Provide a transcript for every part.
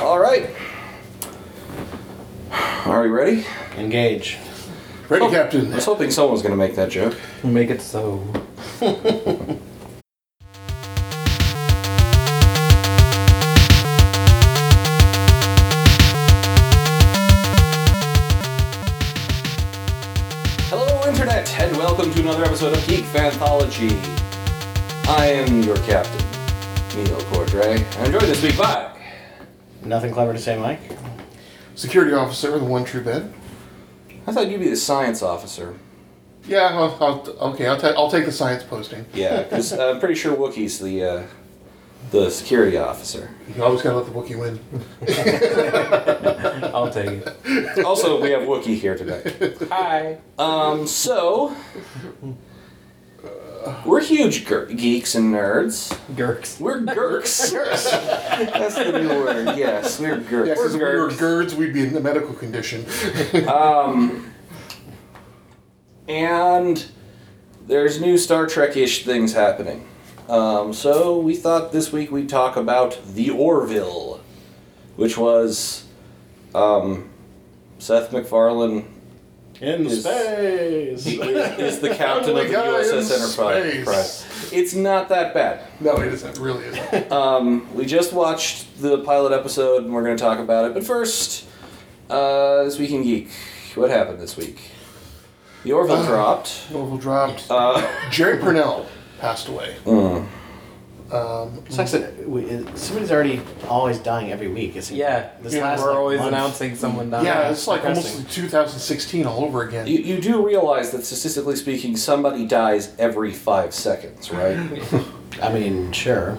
All right. Are you ready? Engage. Ready, Captain. I was hoping someone was going to make that joke. Make it so. Hello, Internet, and welcome to another episode of Geek Fanthology. I am your captain, Neil Cordray. I'm joined this week by Nothing clever to say, Mike. Security officer, the one true bed. I thought you'd be the science officer. Yeah, I'll, I'll, okay, I'll, ta- I'll take the science posting. Yeah, because I'm pretty sure Wookiee's the uh, the security officer. You always gotta let the Wookiee win. I'll take it. Also, we have Wookiee here today. Hi. Um, so we're huge ger- geeks and nerds. Gurks. We're gurks. That's the new word. Yes, we're gurks. Yeah, because if we We're were gurks. GERDs, we'd be in a medical condition. Um, and there's new Star Trek ish things happening. Um, so we thought this week we'd talk about The Orville, which was um, Seth McFarlane In Is- space. is the captain of the Only guy USS in Enterprise. space. It's not that bad. no, it isn't. It really isn't. Um, we just watched the pilot episode and we're going to talk about it. But first, uh, This Week in Geek. What happened this week? The Orville Uh-huh. dropped. Oval dropped. Uh, Jerry Purnell passed away. Um, Sucks that we, it- somebody's already always dying every week. It seems Yeah. like. This yeah, last, we're like, always month. announcing someone dying. yeah, it's like Depressing. almost 2016 all over again. You, you do realize that statistically speaking, somebody dies every five seconds, right? I mean, sure.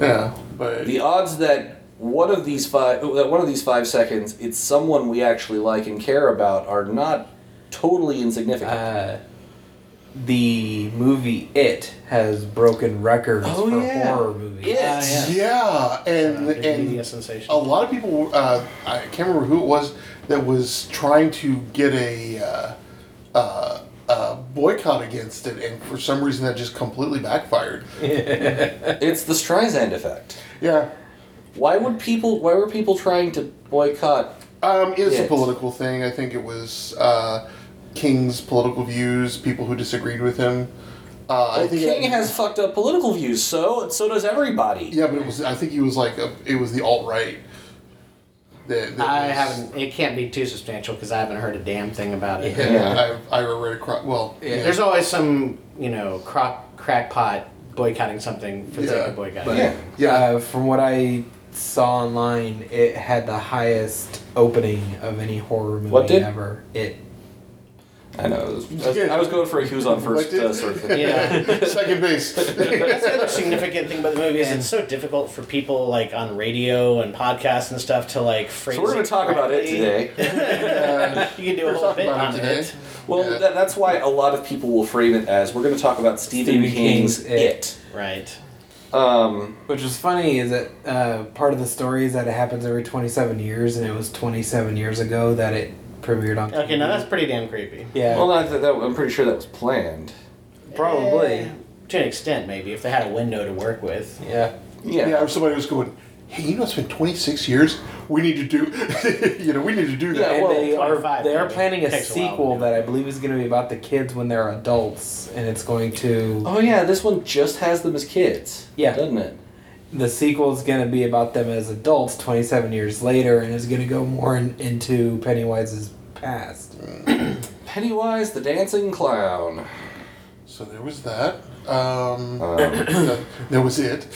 yeah, but the odds that one of these five that one of these five seconds it's someone we actually like and care about are not totally insignificant. Uh, the movie It has broken records Oh, for yeah. horror Uh, movies. Ah, It. yeah. yeah, and Uh, the media and sensation. a lot of people uh, i can't remember who it was that was trying to get a uh, uh, uh, boycott against it and for some reason that just completely backfired It's the Streisand effect. yeah Why would people? Why were people trying to boycott? um, it's Yes. a political thing i think it was uh, king's political views people who disagreed with him uh, I Well, think King has fucked up political views, so so does everybody. yeah but it was i think he was like a, it was the alt-right that, that I was- haven't. It can't be too substantial because I haven't heard a damn thing about it. Yeah. yeah, I, I read across well Yeah. There's always some, you know, crock, crackpot boycotting something for the sake Yeah, of boycotting. but- Yeah. yeah Uh, from what I saw online, it had the highest opening of any horror movie What did- ever. It. I know. it was- I was, I was going for a who's on first uh, sort of thing. Yeah. second base That's the other significant thing about the movie is it's so difficult for people like on radio and podcasts and stuff to like phrase. So we're going to talk about it correctly. today. You can do We're a whole talking bit about on it today. it. Well, Yeah. that, that's why a lot of people will frame it as we're going to talk about Stephen, Stephen King's, King's It. It. Right. Um, Which is funny is that uh, part of the story is that it happens every 27 years, and it was 27 years ago that it premiered on. Okay, TV. now that's pretty damn creepy. Yeah. well, not that, that, I'm pretty sure that was planned. probably. Eh, to an extent, maybe if they had a window to work with. Yeah. Yeah. Yeah, or somebody was going, hey, you know, it's been 26 years. We need to do, you know, we need to do that. Yeah. And well, they are 25 they are maybe. planning a Takes a while, sequel yeah. that I believe is going to be about the kids when they're adults, and it's going to Oh yeah, this one just has them as kids. Yeah. Doesn't it? the sequel is going to be about them as adults 27 years later, and is going to go more in, into Pennywise's past. Pennywise the dancing clown. So there was that. Um, Um, that- there was it.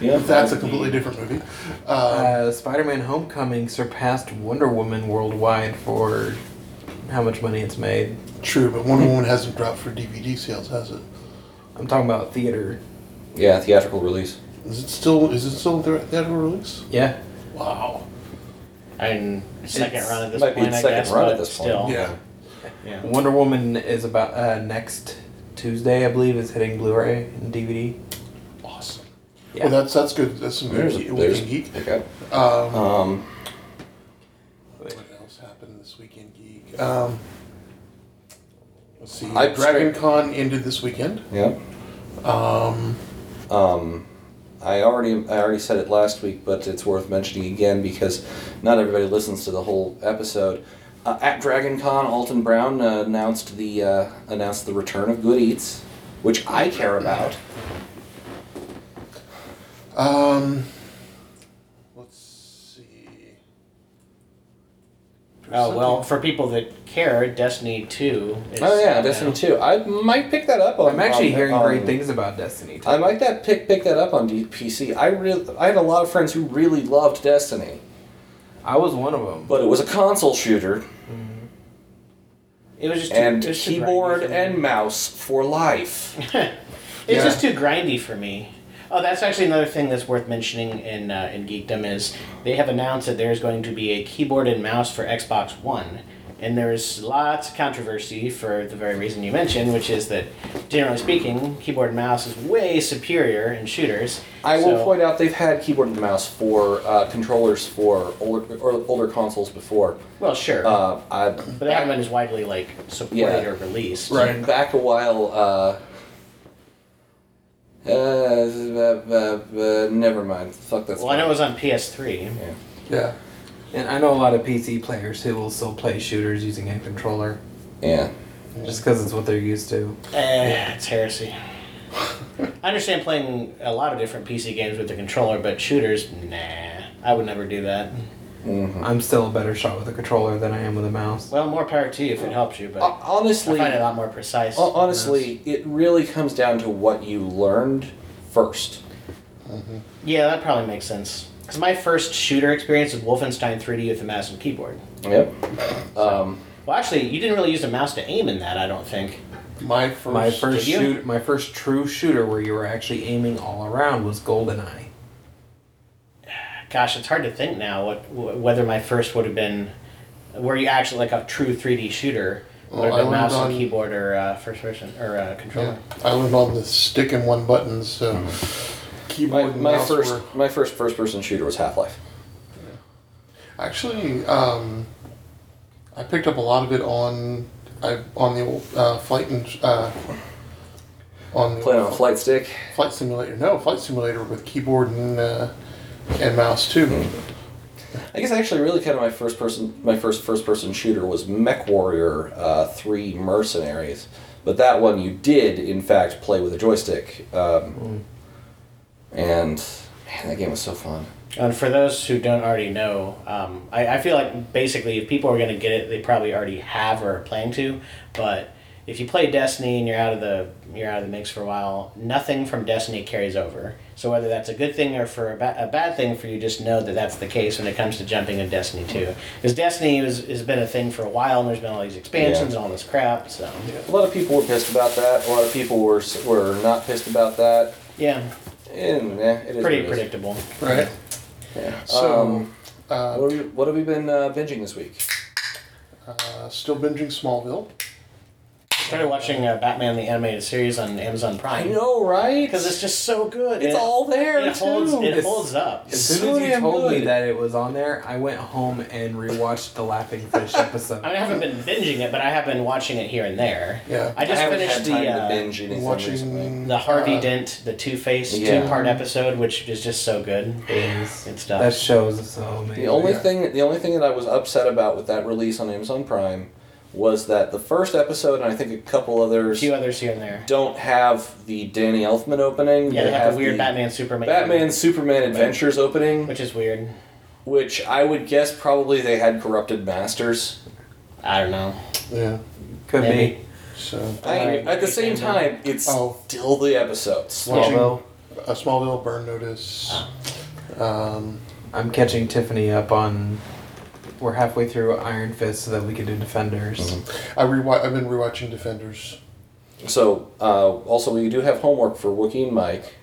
Yeah. That's a completely different movie. Uh, Uh, Spider-Man: Homecoming surpassed Wonder Woman worldwide for how much money it's made. true, but Wonder Woman hasn't dropped for DVD sales, has it? I'm talking about theater. yeah, theatrical release. Is it still, is it still there at theatrical release? Yeah, Wow. I mean, second It's- run at this might be point, its I second guess. run at but this point. still. Yeah. Yeah. Wonder Woman is about uh, next Tuesday, I believe, is hitting Blu-ray and DVD. Awesome. Yeah. Well, that's that's good. That's some good There's a, ge- there's a weekend geek. pickup. Um, Um, what else happened this weekend geek? Um, let's see. I- Dragon Con ended this weekend. yeah. Um, Um, I already I already said it last week, but it's worth mentioning again because not everybody listens to the whole episode. Uh, at DragonCon, Alton Brown uh, announced the uh, announced the return of Good Eats, which I care about. Um, let's see. Oh well, for people that care, Destiny Two. Is Oh yeah, out Destiny now. Two. I might pick that up on. I'm actually on- hearing on- great things about Destiny. I might that pick pick that up on PC. I really I had a lot of friends who really loved Destiny, I was one of them. but it was a console shooter It was just too, and it was too keyboard grindy for me. and mouse for life. It's Yeah. just too grindy for me. Oh, that's actually another thing that's worth mentioning in uh, in geekdom is they have announced that there's going to be a keyboard and mouse for Xbox One, and there's lots of controversy for the very reason you mentioned, which is that generally speaking, keyboard and mouse is way superior in shooters. I will So- point out they've had keyboard and mouse for uh, controllers for older, or older consoles before. Well, sure, Uh, I, but they haven't been as widely like supported Yeah. or released. Right. back a while. Uh, uh, uh, uh, uh, never mind. Fuck that. Well, I know it was on PS3. Yeah. And I know a lot of PC players who will still play shooters using a controller Yeah. just because it's what they're used to. Eh, it's heresy. I understand playing a lot of different PC games with the controller, but shooters, nah. I would never do that. Mm-hmm. I'm still a better shot with a controller than I am with a mouse. Well, more power to you if it helps you, but Ho- I honestly, find it a lot more precise. Hon- Honestly, it really comes down to what you learned first. yeah, that probably makes sense. Because my first shooter experience was Wolfenstein 3D with a mouse and keyboard. Yep. Um, Well, actually, you didn't really use a mouse to aim in that, I don't think. My first. My first you? shoot, my first true shooter where you were actually aiming all around was GoldenEye. Gosh, it's hard to think now what wh- whether my first would have been where you actually like a true 3D shooter Well, would have I been learned mouse on- and keyboard or uh, first person or uh, controller. Yeah. I learned all the stick and one buttons. So my, keyboard and my mouse first were- my first first person shooter was Half Life. Actually, um, I picked up a lot of it on I on the old uh, flight and uh, on the Playing on a old flight stick. flight simulator. No, flight simulator with keyboard and uh, and mouse too. I guess actually, really, kind of my first person my first first person shooter was Mech Warrior uh, Three Mercenaries, but that one you did in fact play with a joystick, um, and man, that game was so fun. And for those who don't already know, um, I, I feel like basically if people are going to get it, they probably already have or are planning to. But if you play Destiny and you're out of the you're out of the mix for a while, nothing from Destiny carries over. So whether that's a good thing or for a, ba- a bad thing for you, just know that that's the case when it comes to jumping in Destiny two. Because Destiny has, has been a thing for a while, and there's been all these expansions and all this crap. So A lot of people were pissed about that. A lot of people were s- were not pissed about that. yeah, And, eh, it is pretty what it is. predictable. Right. Yeah. So, Um, Uh, What have, we, what have we been uh, binging this week? uh, still binging Smallville. Started watching uh, Batman the animated series on Amazon Prime. know, right? Because it's just so good. It's It- all there, It holds. too. It It's- holds up. As soon So as you damn told me good. that it was on there, I went home and rewatched the Laughing Fish episode. I mean, I haven't been binging it, but I have been watching it here and there. Yeah. I just haven't finished had time the to uh, binge anything recently. Watching the Harvey uh, Dent, the Two Face Yeah. two part episode, which is just so good. Is- It's stuff. That shows so amazing. The only Yeah. thing, the only thing that I was upset about with that release on Amazon Prime was that the first episode, and I think a couple A others, few others here and there. don't have the Danny Elfman opening. Yeah, they have a weird the Batman Superman. Batman Superman Adventures opening, which is weird. which I would guess probably they had corrupted masters. I don't know. Yeah. Could Maybe. be. So I, Right. at the same time, it's Oh. still the episodes. Watching- Although a Smallville burn notice. Um, I'm catching Tiffany up on. We're halfway through Iron Fist so that we can do Defenders. I rewa- I've been rewatching Defenders. So, uh, also, we do have homework for Wookie and Mike.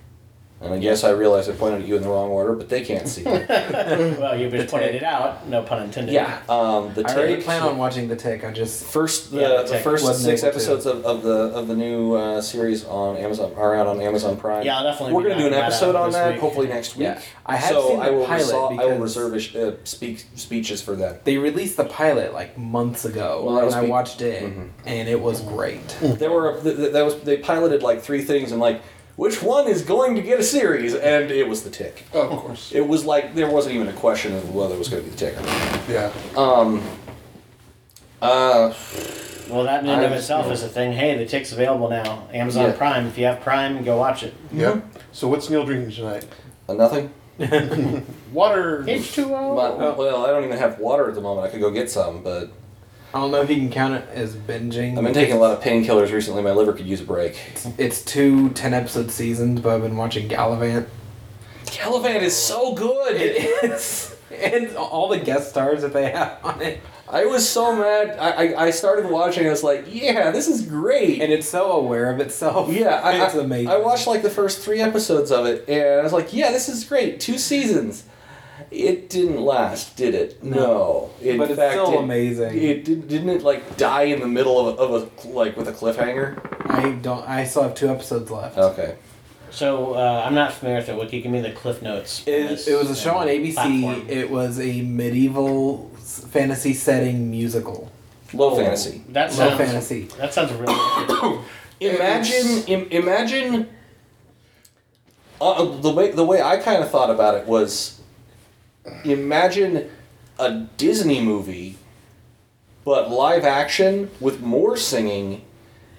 And I guess I realize I pointed at you in the wrong order, but they can't see. it. well, you just pointed it out. No pun intended. Mm. yeah, um, the I already tick- plan on watching the tick. I just first the, Yeah, the the, tick. first Wasn't six able to. episodes of, of the of the new uh, series on Amazon are out on Amazon Prime. Yeah, I'll definitely We're be gonna do an knocking that episode out on this that week. hopefully next week. Yeah. I have so seen the I will pilot resol- I will because- reserve a sh- uh, speak speeches for that. they released the pilot like months ago, Well, that was and I be- Mm-hmm. watched it, and it was great. Mm. There were th- th- that was they piloted like three things and like which one is going to get a series? And it was the tick. Oh, of course. It was like there wasn't even a question of whether it was going to be the tick. Or not. Yeah. Uh, Well, that in and of I- itself is a thing. Hey, the tick's available now. Amazon Yeah. Prime. If you have Prime, go watch it. Yeah. So what's Neil drinking tonight? nothing. Water. H two O. My- Oh. well, I don't even have water at the moment. I could go get some, but I don't know if you can count it as binging. I've been taking a lot of painkillers recently. My liver could use a break. It's two 10 episode seasons, but I've been watching Gallivant. Caliban is so good. It is. And all the guest stars that they have on it. I was so mad. I, I, I started watching. I was like, yeah, this is great. And it's so aware of itself. yeah, I, it's I- amazing. I watched like the first three episodes of it, and I was like, yeah, this is great. Two seasons. It didn't last, did it? No. In But it's fact, still it- amazing. It did, didn't it like die in the middle of a, of a like with a cliffhanger. I don't. I still have two episodes left. Okay. So uh, I'm not familiar with the wiki. Give me the cliff notes. on It, this, it was a show on uh, ABC. platform. It was a medieval s- fantasy setting musical. Low fantasy. that Low sounds fantasy. That sounds really. Imagine, Im- imagine. Uh, the way the way I kind of thought about it was, imagine a Disney movie, but live action with more singing,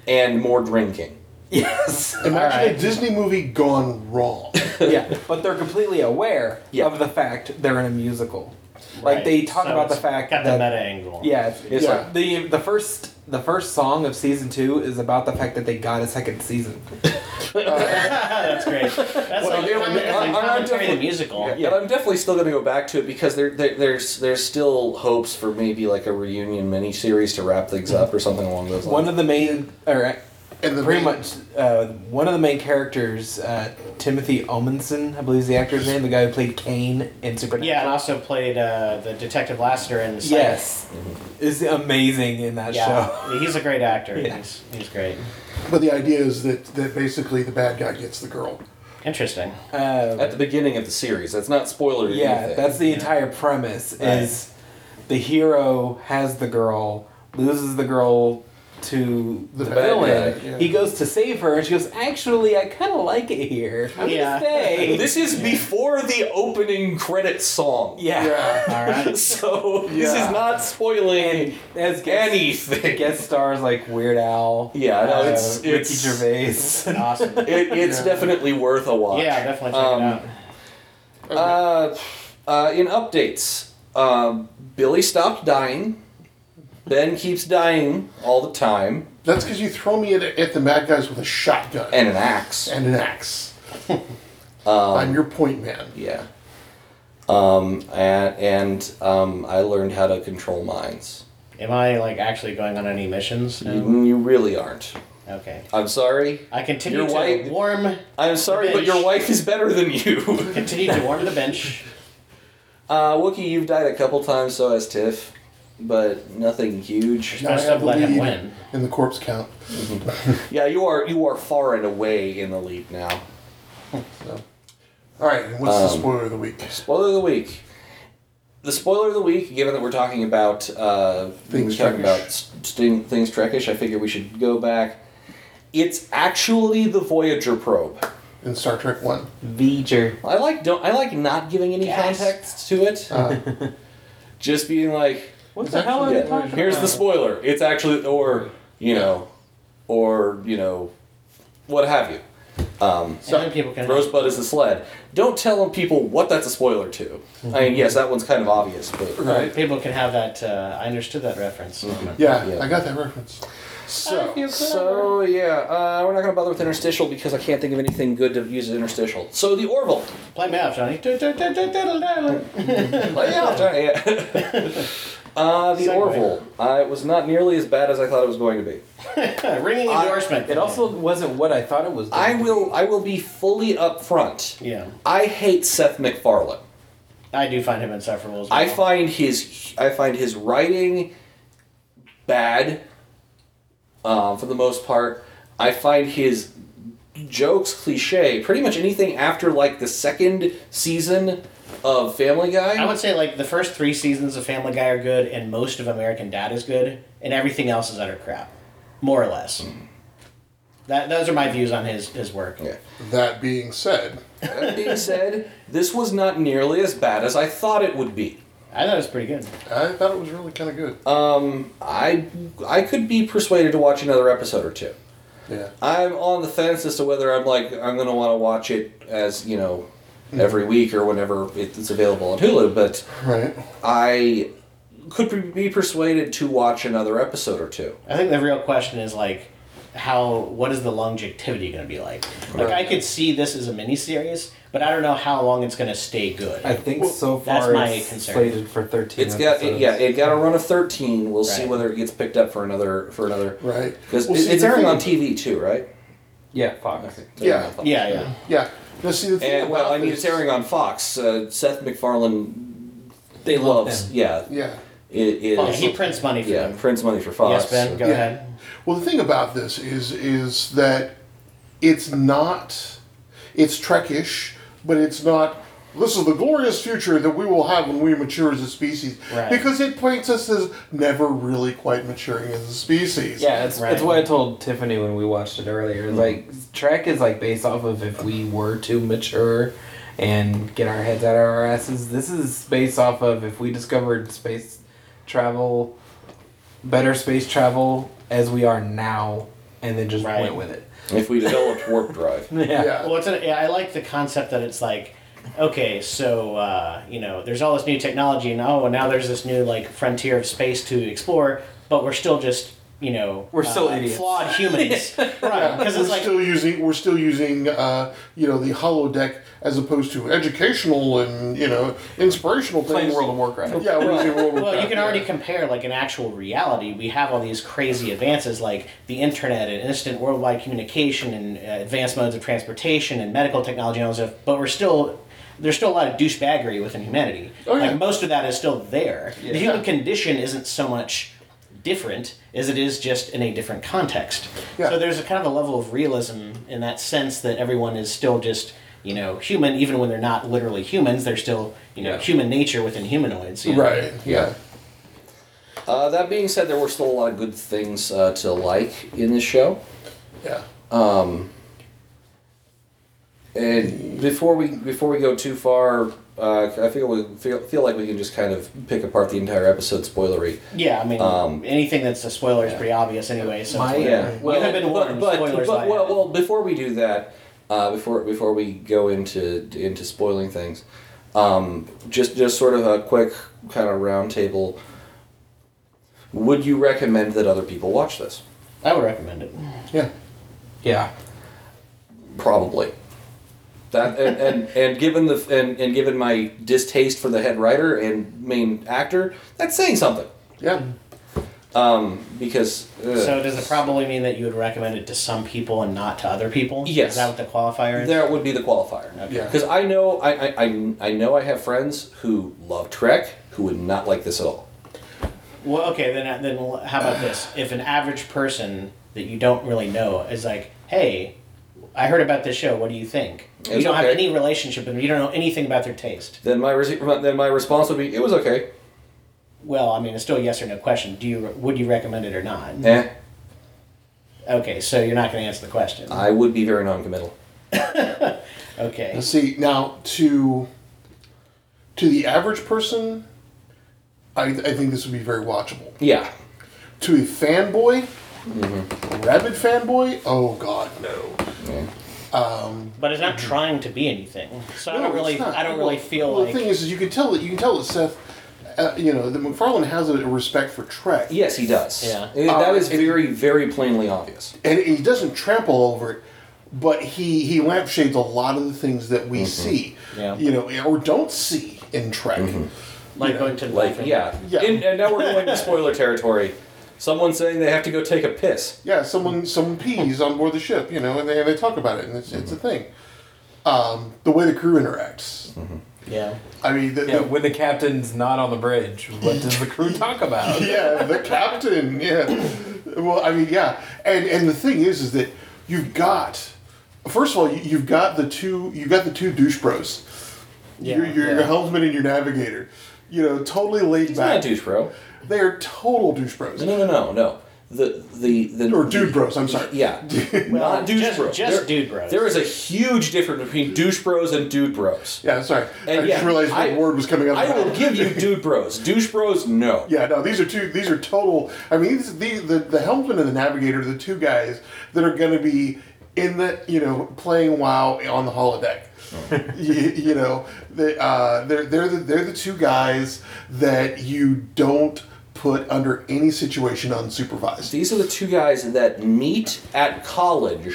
and more drinking. Yes. Imagine Alright. a Disney movie gone wrong. yeah, but they're completely aware Yeah. of the fact they're in a musical. Like Right. they talk So about the it's fact got that the meta angle. yeah, it's, it's Yeah. like the the first the first song of season two is about the fact that they got a second season. Uh, that's great. That's Well, like yeah, comment- that's I'm- like I'm commentary to definitely- musical. Yeah, but I'm definitely still going to go back to it because there, there there's there's still hopes for maybe like a reunion miniseries to wrap things up or something along those lines. One of the main or uh, And the pretty main- much uh, one of the main characters, uh, Timothy Omenson, I believe is the actor's name, the guy who played Kane in Supernatural. Yeah, and also played uh, the Detective Lassiter in Psych. Yes, is amazing in that show. Yeah, he's a great actor. Yeah. He's, he's great. But the idea is that, that basically the bad guy gets the girl. Interesting. Um, at the beginning of the series. That's not spoiler. yeah, anything. that's the entire premise. Right. Is the hero has the girl, loses the girl to the, The bad villain. guy, yeah. He goes to save her, and she goes, "Actually, I kind of like it here. I'm Yeah. gonna stay." This is before the opening credit song. yeah. Yeah. All right. So this Yeah. is not spoiling And as guest, anything. guest stars like Weird Al. Yeah, no, uh, it's- Ricky it's- Gervais. awesome. It, it's Yeah. definitely worth a watch. Yeah, definitely check Um, it out. Uh, uh, in updates, um, Billy stopped dying. Ben keeps dying all the time, That's because you throw me at, at the bad guys with a shotgun and an axe. and an axe. Um, I'm your point man. yeah. Um, and and um, I learned how to control mines. Am I like actually going on any missions? now? You, you really aren't. Okay. I'm sorry. I continue You're to white. warm. I'm sorry, but your Bitch. wife is better than you. Continue to warm the bench. Uh, Wookie, you've died a couple times, so has Tiff, but nothing huge. No. supposed to I have let the him lead win. In the corpse count. Yeah, you are you are far and away in the lead now. All right, and what's the Um, spoiler of the week? Spoiler of the week. The spoiler of the week, given that we're talking about uh, Things we're talking Trekish. about s- sting, things Trekish, I figure we should go back. It's actually the Voyager probe. In Star Trek 1. V'ger. I like don't I like not giving any Yes. context to it. Uh, Just being like, What It's the hell are actually- you Yeah, talking here's about? the spoiler. It's actually, or you know, or you know, what have you. Um, So then people can. Rosebud is the sled. Don't tell them people what that's a spoiler to. I mean, yes, that one's kind of obvious, but right. People can have that. Uh, I understood that reference. Yeah, Yeah. I got that reference. So, Mm-hmm. so yeah, uh, we're not gonna bother with interstitial because I can't think of anything good to use as interstitial. So the Orville. Play me out, Johnny. Like, yeah, I'll try- yeah. uh, the Segue. Orville. Uh, it was not nearly as bad as I thought it was going to be. Ringing I- endorsement. It also wasn't what I thought it was. I will. I will be fully upfront. Yeah, I hate Seth MacFarlane. I do find him insufferable. As well. I find his I find his writing bad um, for the most part. I find his jokes cliche. Pretty much anything after like the second season of Family Guy. I would say like the first three seasons of Family Guy are good, and most of American Dad is good, and everything else is utter crap, more or less. that those are my views on his his work. Mm. Yeah. That being said, That being said, this was not nearly as bad as I thought it would be. I thought it was pretty good. I thought it was really kind of good. Um, I I could be persuaded to watch another episode or two. yeah. I'm on the fence as to whether I'm like I'm gonna want to watch it as you know every week or whenever it- it's available on Hulu, but Right. I could be persuaded to watch another episode or two. I think the real question is like how what is the longevity going to be like? Like I could see this as a miniseries, but I don't know how long it's going to stay good. I think Well, so far that's my it's concern. slated for 13 It's got episodes. yeah, it got a run of thirteen. We'll see Right. whether it gets picked up for another for another Right. because Well, see, it's the airing thing- on TV too, right? Yeah, Fox. Yeah. yeah, yeah. Yeah. No, see the thing. And Eh, well, about I mean, this- it's airing on Fox. Uh, Seth MacFarlane, They love loves them. yeah, Yeah. it, it Yeah, is- Oh, he prints money for yeah, them. prints money for Fox. yes, Ben, go Yeah. ahead. Well, the thing about this is is that it's not it's Trekish, but it's not. This is the glorious future that we will have when we mature as a species, Right. because it paints us as never really quite maturing as a species. Yeah, it's, Right. it's what I told Tiffany when we watched it earlier. Like, Trek is like based off of if we were to mature and get our heads out of our asses. This is based off of if we discovered space travel, better space travel as we are now, and then just Right. went with it. If we developed warp drive, Yeah. Yeah. Well, it's a, yeah, I like the concept that it's like, okay, so uh, you know, there's all this new technology, and oh, now there's this new like frontier of space to explore, but we're still just you know We're still uh, idiots. flawed humans, right? Because we're it's like still using we're still using uh, you know the holodeck as opposed to educational and you know inspirational Playing things. World of Warcraft. Yeah, we're using Well, World of you Warcraft, can already yeah. compare like an actual reality. We have all these crazy advances like the internet and instant worldwide communication and uh, advanced modes of transportation and medical technology and all that stuff. But we're still there's still a lot of douchebaggery within humanity. Oh, yeah. Like most of that is still there. The human condition isn't so much different as it is just in a different context. Yeah. So there's a kind of a level of realism in that sense that everyone is still just you know human even when they're not literally humans they're still you know Yeah. human nature within humanoids you know? Right. Yeah. uh, that being said, there were still a lot of good things uh, to like in the show. Yeah. And before we before we go too far, uh, I feel we feel, feel like we can just kind of pick apart the entire episode spoilery. Yeah, I mean, Um, anything that's a spoiler is pretty obvious anyway. So My- it's yeah. whatever. Well, you have been warned. but, but, spoilers but lie. well, well, before we do that, uh, before before we go into into spoiling things, um, just just sort of a quick kind of roundtable. Would you recommend that other people watch this? I would recommend it. Yeah. Yeah. Probably. That and, and, and given the and, and given my distaste for the head writer and main actor, that's saying something. Yeah. Um, because uh, So does it probably mean that you would recommend it to some people and not to other people? Yes. Is that what the qualifier is? that would be the qualifier. Yeah. Because I know I, I, I, I know I have friends who love Trek who would not like this at all. Well, okay, then then how about this? If an average person that you don't really know is like, "Hey, I heard about this show. What do you think?" you It's don't have okay. any relationship and you don't know anything about their taste. Then my res- then my response would be it was okay. Well, I mean, it's still a yes or no question. Do you would you recommend it or not? Eh, Okay, so you're not going to answer the question. I would be very noncommittal. okay. Now, See now to to the average person, I, I think this would be very watchable. Yeah. To a fanboy, rabid fanboy, oh god no. Yeah. But it's not trying to be anything. So I Mm-hmm. No, don't really, it's not. I don't Well- really feel well, like. the thing is, is you can tell that you can tell that Seth, uh, you know, that McFarlane has a respect for Trek. Yes, he does. Yeah. Eh, that Uh, is it- very very plainly obvious. and he doesn't trample all over it, but he he lampshades a lot of the things that we see, Yeah. you know, or don't see in Trek. like going to the Like bathroom. yeah. Yeah. In, and now we're going to spoiler territory. Someone saying they have to go take a piss. Yeah, someone some peas on board the ship, you know, and they, and they talk about it, and it's, it's a Mm-hmm. thing. Um, the way the crew interacts. yeah. I mean, the, Yeah, the- when the captain's not on the bridge, what does the crew talk about? yeah, the captain. Yeah. Well, I mean, yeah, and and the thing is, is that you've got. First of all, you- you've got the two. You've got the two douche bros. Yeah, your, your, your yeah. helmsman and your navigator. You know, totally laid He's not a back. douche bro. They are total douche bros. No no no no. the the the Or dude bros, I'm sorry. Yeah, Well, not douche just- bros. just There- dude bros. There is a huge difference between douche bros and dude bros. Yeah, sorry. I And just yeah, realized that I- word was coming out. of I my will mouth. give you dude bros. Douche bros, no. Yeah, no, these are two. These are total. I mean, these, the the the helmsman and the navigator are the two guys that are going to be in the you know playing WoW on the holodeck. you, you know, they, uh, they're they're the, they're the two guys that you don't put under any situation unsupervised. These are the two guys that meet at college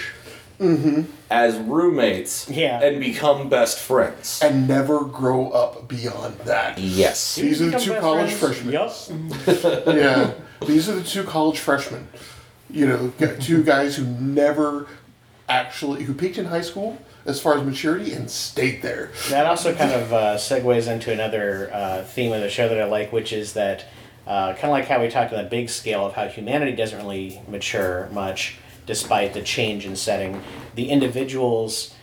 Mm-hmm. as roommates Yeah. and become best friends. And never grow up beyond that. Yes. These are the two college freshmen. Yup. Mm-hmm. yeah, these are the two college freshmen. You know, got two guys who never actually who peaked in high school as far as maturity and stayed there. That also kind of uh, segues into another uh, theme of the show that I like, which is that uh, kind of like how we talked on the big scale of how humanity doesn't really mature much despite the change in setting. The individuals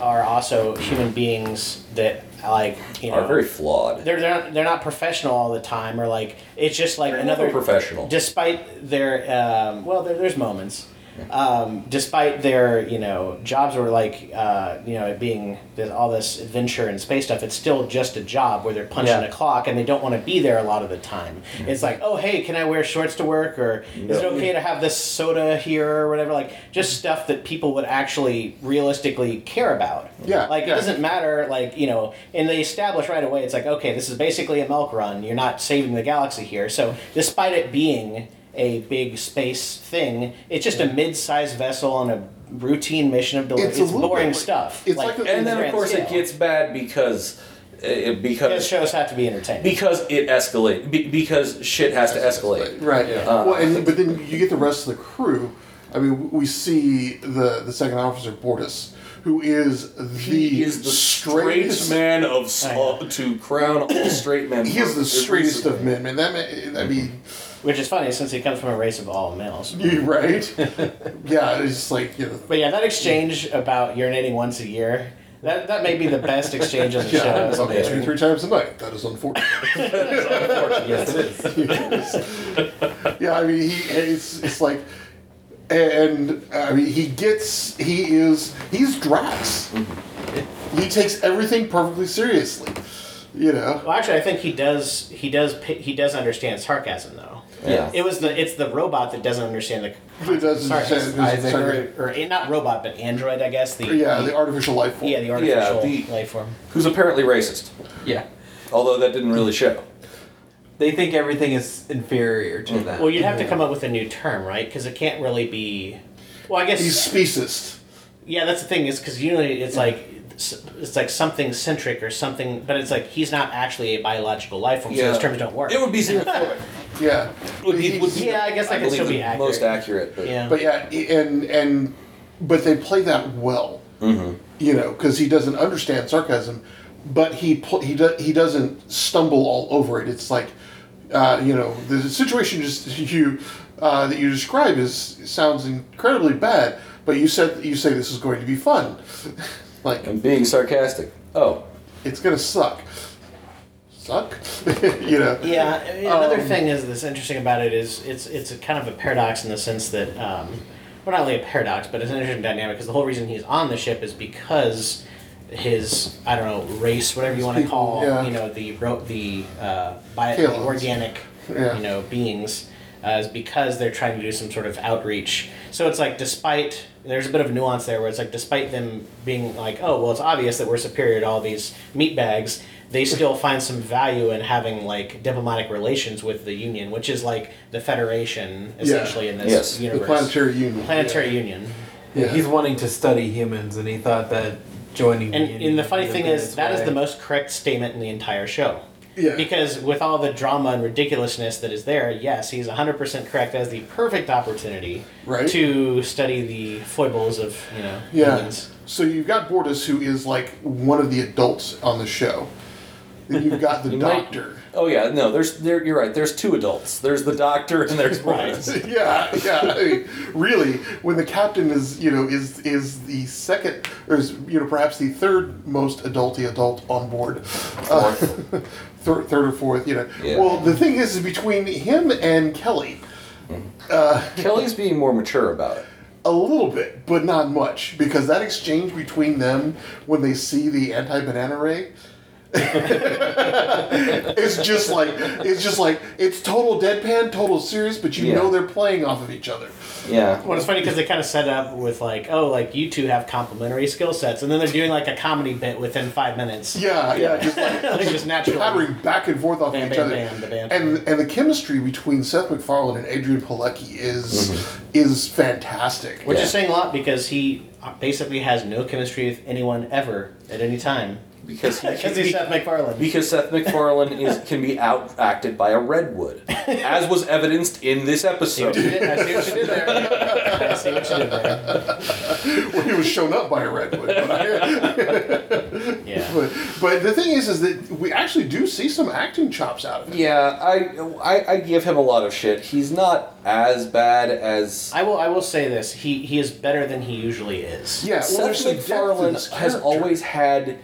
are also human beings that like you know Are very flawed. they're they're not, they're not professional all the time or like it's just like They're never another professional. despite their um, well there, there's moments um, despite their you know jobs or like uh, you know it being there's all this adventure and space stuff it's still just a job where they're punching Yeah. a clock and they don't want to be there a lot of the time it's like oh hey can i wear shorts to work or is it No. okay to have this soda here or whatever like just stuff that people would actually realistically care about Yeah, like yeah. it doesn't matter like you know and they establish right away it's like okay this is basically a milk run you're not saving the galaxy here so despite it being a big space thing it's just a mid-sized vessel on a routine mission of delivery It's it's, a little boring bit like- stuff it's like the- in and the then of grand course it scale. gets bad because uh, it, Because because shows have to be entertaining because it escalates be, because shit has to escalate. Right. Yeah. Uh, well, and but then you get the rest of the crew. I mean, we see the the second officer Bortis, who is the He is the straightest man of s- I know. uh, to crown all straight men. He is the straightest of recently. men, man. That man, I mean, which is funny since he comes from a race of all males you right? yeah, it's just like you know, but yeah that exchange about urinating once a year that, that may be the best exchange of the yeah, show about two three times a night. That is unfortunate. yes, it is. yeah, I mean, he it's, it's like, and I mean, he gets he is he's Drax. He takes everything perfectly seriously, you know. Well, actually, I think he does. He does. pi- He does understand sarcasm, though. Yeah. It was the. It's the robot that doesn't understand the. It doesn't Sorry, say- it doesn't Isaac say- Or eh, not robot, but android, I guess. The yeah, the artificial life form. yeah, the artificial Yeah, the- life form. Who's apparently racist, Yeah. although that didn't really show. They think everything is inferior to that. Well, you'd have to come up with a new term, right? Because it can't really be. Well, I guess. He's speciest. yeah, that's the thing is because usually it's like s- it's like something centric or something, but it's like he's not actually a biological life form, so Yeah. those terms don't work. It would be Yeah. would be- He's- would be- yeah, I guess that I could believe still the be accurate. most accurate. But yeah. But yeah, i- and and but they play that well, you know, because he doesn't understand sarcasm, but he pl- he do- he doesn't stumble all over it. It's like, uh, you know, the situation just you uh, that you describe is sounds incredibly bad, but you said you say this is going to be fun, like I'm being sarcastic. Oh, it's gonna suck, suck, you know. Yeah, I mean, another Um, thing is that's interesting about it is it's it's a kind of a paradox in the sense that um, well not only a paradox but it's an interesting dynamic because the whole reason he's on the ship is because his I don't know race whatever you want to people, call yeah. you know the ro- the uh, bio, the Kalons. organic Yeah. you know beings uh, is because they're trying to do some sort of outreach. So it's like despite there's a bit of nuance there where it's like despite them being like oh well it's obvious that we're superior to all these meat bags they still find some value in having like diplomatic relations with the union which is like the federation essentially in this Yes. The The universe planetary union. planetary union Yeah. He's wanting to study humans, and he thought that joining. and, in and the funny thing is that is the way- most correct statement in the entire show Yeah. because with all the drama and ridiculousness that is there yes he's 100% correct as the perfect opportunity Right. to study the foibles of you know Yeah. humans. So you've got Bortis, who is like one of the adults on the show. Then you've got the You might- doctor. oh yeah. No, there's there. You're right. There's two adults. There's the doctor and there's Right. Morris. Yeah, yeah. I mean, really, when the captain is, you know, is is the second, or is you know, perhaps the third most adulty adult on board, uh, thir- third or fourth, you know. Yeah. Well, the thing is, is between him and Kelly, Kelly's being more mature about it. A little bit, but not much, because that exchange between them when they see the anti-banana ray, it's just like it's just like it's total deadpan, total serious, but you Yeah. know they're playing off of each other. Yeah. Well, it's funny because they kind of set up with like, oh, like you two have complementary skill sets, and then they're doing like a comedy bit within five minutes. Yeah, yeah, just like like just naturally. pattering back and forth off Bam, of each bam, other. bam, the banter. and and the chemistry between Seth MacFarlane and Adrian Pilecki is is fantastic. Mm-hmm. Which Yeah. is saying a lot because he basically has no chemistry with anyone ever at any time. Because he, Because he's Seth MacFarlane. because Seth MacFarlane is can be outacted by a redwood, as was evidenced in this See what you episode. did- I see what you did there. I see what you did there. Well, he was shown up by a redwood. But, I- Yeah. but, but the thing is, is that we actually do see some acting chops out of it. Yeah, I, I I give him a lot of shit. He's not as bad as I will. I will say this. He he is better than he usually is. Yeah, well, Seth there's some depth in MacFarlane this has character. always had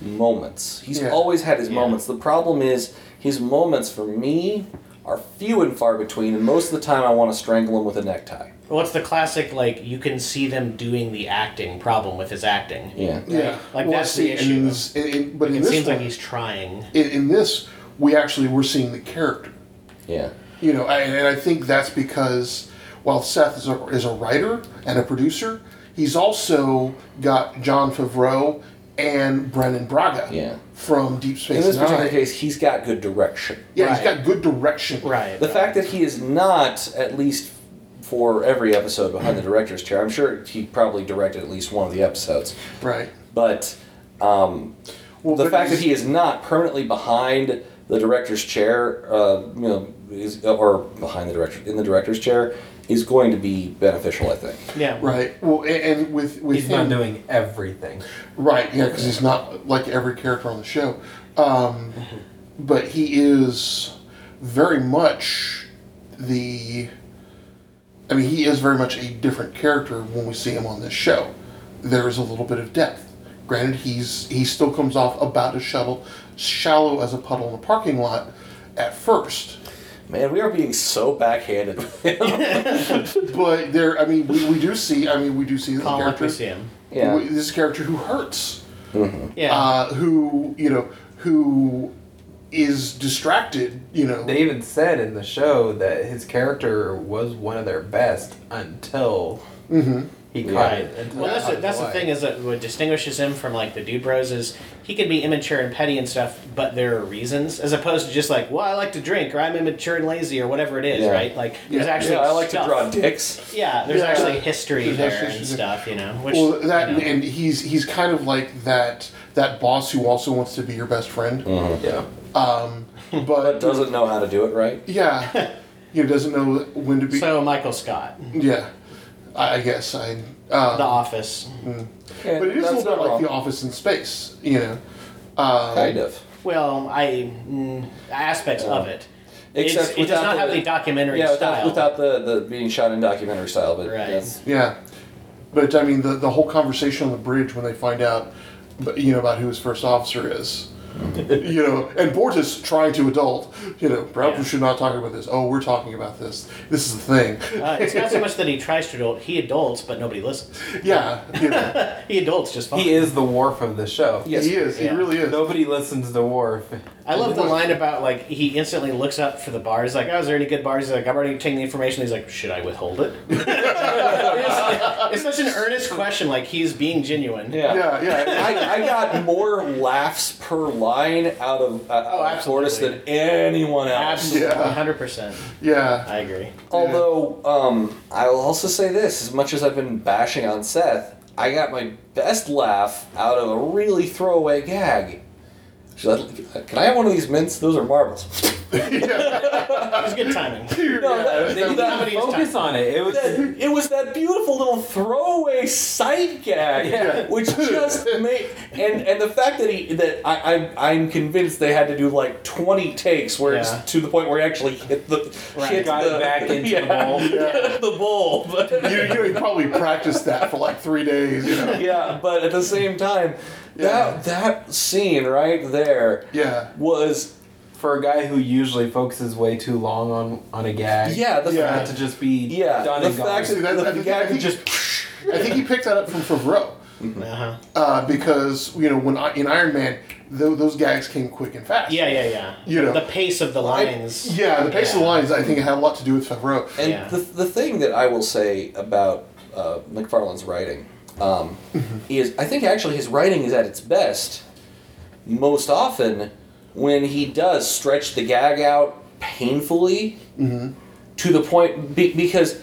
moments. He's Yeah. always had his moments. The problem is his moments for me are few and far between, and most of the time I want to strangle him with a necktie. What's the classic like? You can see them doing the acting problem with his acting. Yeah. yeah, Like, Well, that's the and issue. in this- in- in- but in It this, seems like one- he's trying. in, in this, we actually were seeing the character. Yeah. You know, I, and I think that's because while Seth is a, is a writer and a producer, he's also got John Favreau and Brennan Braga Yeah. from Deep Space In this particular Nine. case, he's got good direction. yeah, he's Right. got good direction. Right. The fact that he is not, at least for every episode, behind the director's chair, I'm sure he probably directed at least one of the episodes, Right. but um, Well, the but fact that he's- he is not permanently behind the director's chair, uh, you know, is, or behind the director in the director's chair, is going to be beneficial. I think. Yeah. Right. Well, and, and with with He's him, not doing everything. Right, yeah, because he's not like every character on the show. Um, but he is very much the. I mean, he is very much a different character when we see him on this show. There is a little bit of depth. Granted, he's he still comes off about as shallow, shallow as a puddle in a parking lot at first. Man, we are being so backhanded. with him. But there, I mean, we, we do see. I mean, we do see the Call him like character. we see him. yeah. This is a character who hurts. Yeah. uh, who you know who is distracted you know They even said in the show that his character was one of their best until Mm-hmm. he caught Right. it. Until Well, that's he the, caught that's the fly. thing is that what distinguishes him from like the dude bros is he can be immature and petty and stuff, but there are reasons as opposed to just like, well, I like to drink or I'm immature and lazy or whatever it is, Yeah. right? Like there's Yeah. actually Yeah, I like stuff. to draw dicks. Yeah, there's Yeah. actually history There's there actually and history. stuff, you know. Which well that you know, and he's he's kind of like that that boss who also wants to be your best friend Yeah. um but, But doesn't know how to do it right. yeah you know doesn't know when to be so Michael Scott, yeah I, I guess i uh, The Office, Yeah, but it is a that's little bit not like the wrong. office in space you know um, kind of. well, I mm, aspects of it. It's- Except it does without not have the- the documentary Yeah, without, style. without the, the being shot in documentary style, but Right. that's- yeah but i mean the, the whole conversation on the bridge when they find out but you know about who his first officer is you know, and Bortis trying to adult, you know, perhaps we Yeah. should not talk about this. Oh, we're talking about this. This is the thing. Uh, it's not so much that he tries to adult; he adults, but nobody listens. Yeah, you know, He adults just fine. He is the wharf of the show. Yes. he is. Yeah. He really is. Nobody listens to wharf. I love the line about like he instantly looks up for the bar. He's like, "Oh, is there any good bars?" He's like, "I'm already taking the information." He's like, "Should I withhold it?" it's, it's such an earnest question. Like he's being genuine. Yeah. Yeah, yeah. I, I got more laughs per line out of uh, out of Fortis Oh, absolutely. than anyone else. Absolutely, Yeah. hundred percent. Yeah. I agree. Although um, I'll also say this: as much as I've been bashing on Seth, I got my best laugh out of a really throwaway gag. She's like, "Can I have one of these mints? Those are marbles." It was good timing. No, that- They did not Somebody is focus on it. It was that- it was that beautiful little throwaway sight gag, Yeah. which just made and and the fact that he that I, I'm I'm convinced they had to do like twenty takes where Yeah. it's to the point where he actually hit the Right. hit Got it the- back into the yeah, bowl. yeah, the bowl. But, You, you, know, he probably practiced that for like three days. You know. yeah, but at the same time, Yeah. that that scene right there Yeah. was for a guy who usually focuses way too long on on a gag. Yeah, the Yeah. Not to fact, just be yeah, done the and gone. fact See, that- that, I the think- guy I could think- just I think he picked that up from Favreau. Uh-huh. Uh, because you know when I, in Iron Man, tho- those gags came quick and fast. Yeah, yeah, yeah. You know. the pace of the I- lines. yeah. The pace of the lines, I think, had a lot to do with Favreau. And Yeah. the, the thing that I will say about uh, McFarlane's writing um, is I think actually his writing is at its best most often when he does stretch the gag out painfully to the point be, because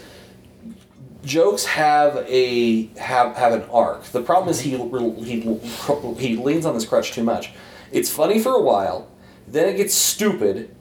jokes have a have have an arc. The problem is he re- he cr- he leans on this crutch too much. It's funny for a while, then it gets stupid,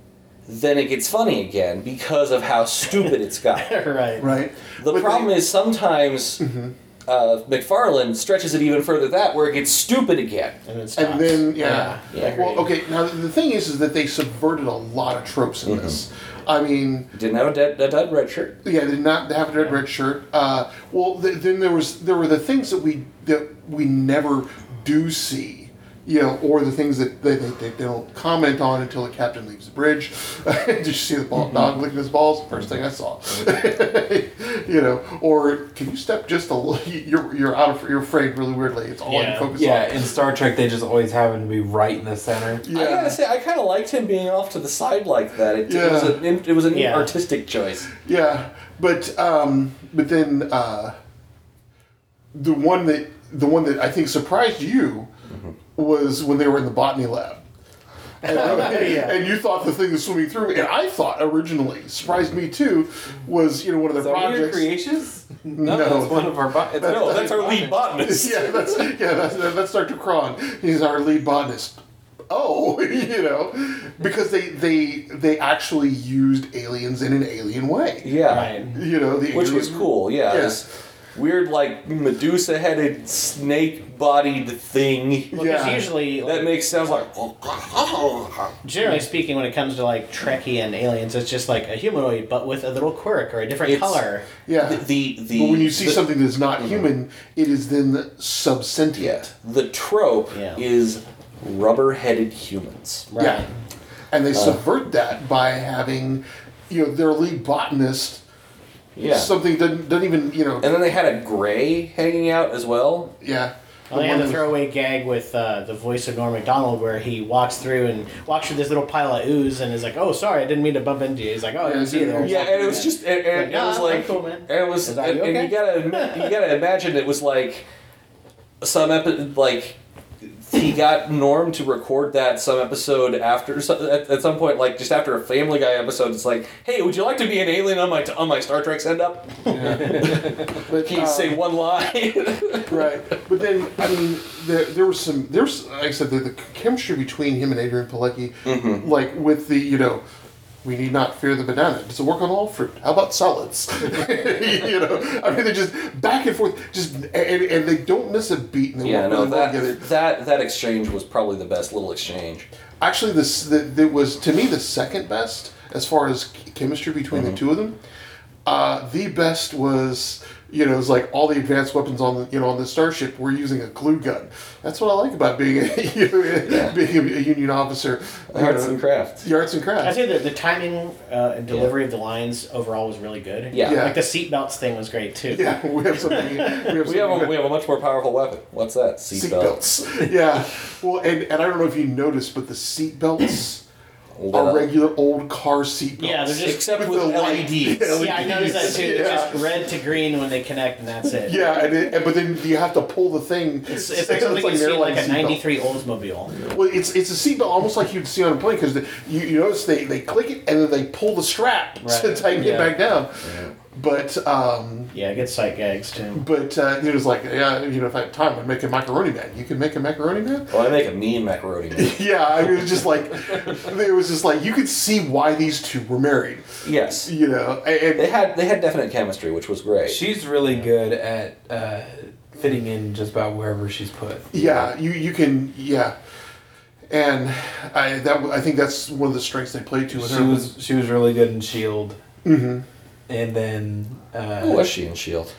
then it gets funny again because of how stupid it's got. right. Right. The But problem they- is sometimes Mm-hmm. uh, McFarlane stretches it even further that where it gets stupid again. And, it stops. And then yeah. Yeah, yeah, well, agreed. okay. Now the thing is, is that they subverted a lot of tropes Mm-hmm. in this. I mean, Didn't have a dead, a dead red shirt. yeah, they did not have a red red shirt. Uh, well, th- then there was there were the things that we that we never do see. You know, or the things that they, they, they don't comment on until the captain leaves the bridge. Did you see the ball, dog licking his balls? Mm-hmm. First thing I saw. you know, or can you step just a little? You're, you're out of you're framed really weirdly. It's all I Yeah. can focus Yeah, on. in Star Trek, they just always happen to be right in the center. I gotta say, I kind of liked him being off to the side like that. It, it was Yeah. an it was an Yeah. artistic choice. Yeah, but um, but then uh, the one that the one that I think surprised you was when they were in the botany lab. And, and you thought the thing was swimming through, and I thought originally surprised me too was you know one of Is the that one of your projects. creations? No, No. that's one of our. Bo- it's No, that's our lead botanist. Yeah, that's yeah, that's, that's Dr. Cron. He's our lead botanist. Oh, you know, because they they they actually used aliens in an alien way. Yeah. right. You know, the Which was alien- cool, yeah. Yeah. This weird, like, Medusa headed, snake bodied thing. Well, 'cause Yeah. usually, like, That makes sounds like. oh, generally speaking, when it comes to like Trekkie and aliens, it's just like a humanoid, but with a little quirk or a different It's- color. Yeah. The, the, the, But when you see the- Mm-hmm. something that's not human, it is then subsentient. Yeah. The trope Yeah. is rubber headed humans. Right. Yeah. And Uh. they subvert that by having, you know, their lead botanist Yeah. something doesn't, doesn't even, you know, and then they had a gray hanging out as well. yeah. Well, they had one the with- throwaway gag with uh, the voice of Norm Macdonald where he walks through and walks through this little pile of ooze and is like, "Oh, sorry, I didn't mean to bump into you." He's like, "Oh, I didn't see you there." Yeah, and it was just, and, and Like, it was "Nah, like, I'm cool, man." and it was, Is that and, you and you okay? gotta, admit- you gotta imagine it was like some epi- like he got Norm to record that some episode after so- at, at some point, like just after a Family Guy episode. It's like, hey, would you like to be an alien on my on my Star Trek send up? but, Can you Oh. uh, say one line? right. But then, I mean, there, there was some, there's, like I said, the, the chemistry between him and Adrian Pilecki, Mm-hmm. like with the, you know, we need not fear the banana. Does it work on all fruit? How about salads? you know, I mean, they're just back and forth, just, and, and they don't miss a beat. And they yeah, work no, really well together. that that that exchange was probably the best little exchange. actually this that that was to me the second best as far as ch- chemistry between Mm-hmm. the two of them uh, the best was you know it was like all the advanced weapons on the you know on the starship were using a glue gun that's what i like about being a, you know, being a, a union officer you Arts know. and crafts. The arts and I crafts say that the timing uh, and delivery of the lines overall was really good. Yeah. Yeah. Like the seatbelts thing was great too. yeah we have something we have, We have something- a, we have a much more powerful weapon. What's that? Seatbelt. seatbelts yeah well and, and i don't know if you noticed but the seatbelts Lit are up. regular old car seatbelts Yeah, they're just Except With with, the light. LEDs. Yeah, I noticed that too. It's Yeah. just red to green when they connect, and that's it. Yeah, and, it, and but then you have to pull the thing. It's, it's like something you see airline like a seatbelt. '93 Oldsmobile. Well, it's it's a seatbelt almost like you'd see on a plane because you, you notice they, they click it and then they pull the strap to Right. tighten it Yeah. back down. But um, Yeah, it gets sight gags too. but uh, it was like yeah, you know, if I had time, I'd make a macaroni man. You can make a macaroni man. Well, I make a mean macaroni. man. Yeah, I mean, it was just like it was just like you could see why these two were married. yes, You know, and, they had they had definite chemistry, which was great. She's really good at uh, fitting in just about wherever she's put. Yeah, you you can yeah, and I that I think that's one of the strengths they played to with She her. was she was really good in Shield. Mm-hmm. E And then uh, Who was she in Shield?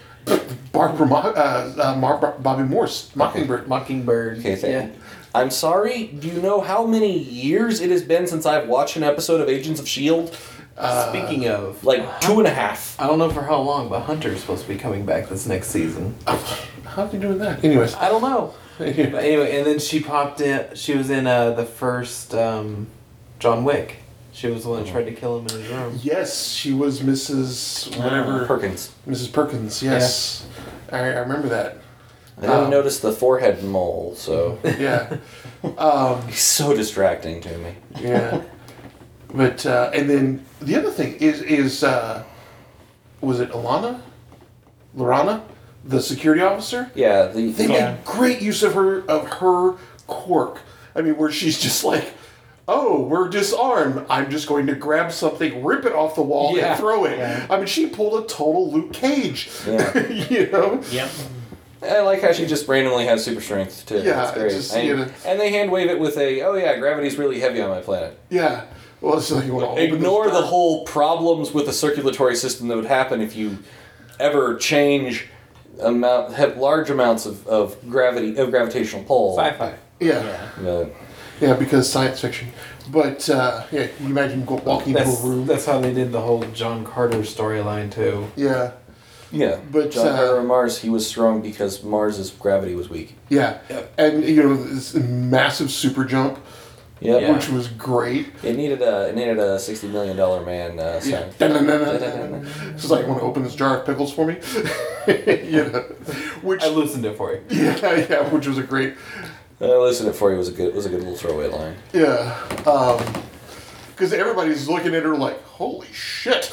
Barbara Mo- uh, uh, Mar- Bobby Morse Mockingbird. Mockingbird. Okay, thank yeah. I'm sorry, do you know how many years it has been since I've watched an episode of Agents of S.H.I.E.L.D.? Speaking of, E Like two and a half. I don't know for how long, but Hunter's supposed to be coming back this next season. How are you doing that? Anyways, I don't know. But anyway, and then she popped in. She was in uh, the first um, John Wick. She was the one that tried to kill him in his room. yes, she was Mrs. Ah. Whatever. Perkins. Mrs. Perkins. Yes, I, I remember that. I didn't Um, notice the forehead mole, so Yeah. um, he's so distracting to me. yeah. But uh, and then the other thing is is uh, was it Alana, Lorana, the security officer? Yeah, the They Yeah. made great use of her of her quirk. I mean, where she's just like, "Oh, we're disarmed. I'm just going to grab something, rip it off the wall, Yeah. and throw it." I mean, she pulled a total Luke Cage. Yeah. you know. Yep. I like how she just randomly has super strength too. Yeah, That's great. just, and, you know- and they hand wave it with a, oh yeah, gravity's really heavy on my planet. Yeah. Well, it's like you want to Ignore the whole problems with the circulatory system that would happen if you ever change amount have large amounts of, of gravity of gravitational pull. Sci-fi. yeah. But Yeah, because science fiction. But uh, yeah, you imagine go- walking into That's a room. that's how they did the whole John Carter storyline too. yeah, yeah, But, John uh, Carter on Mars, he was strong because Mars's gravity was weak. yeah, and you know this massive super jump, Yep. Yeah. which was great. It needed a it needed a sixty million dollar man. Uh, Yeah, sign. Dun-dun-dun-dun-dun. it's just like want to open this jar of pickles for me, you know, which I loosened it for you. yeah, yeah, which was a great I listened it for you was a good was a good little throwaway line. yeah, because everybody's looking at her like holy shit.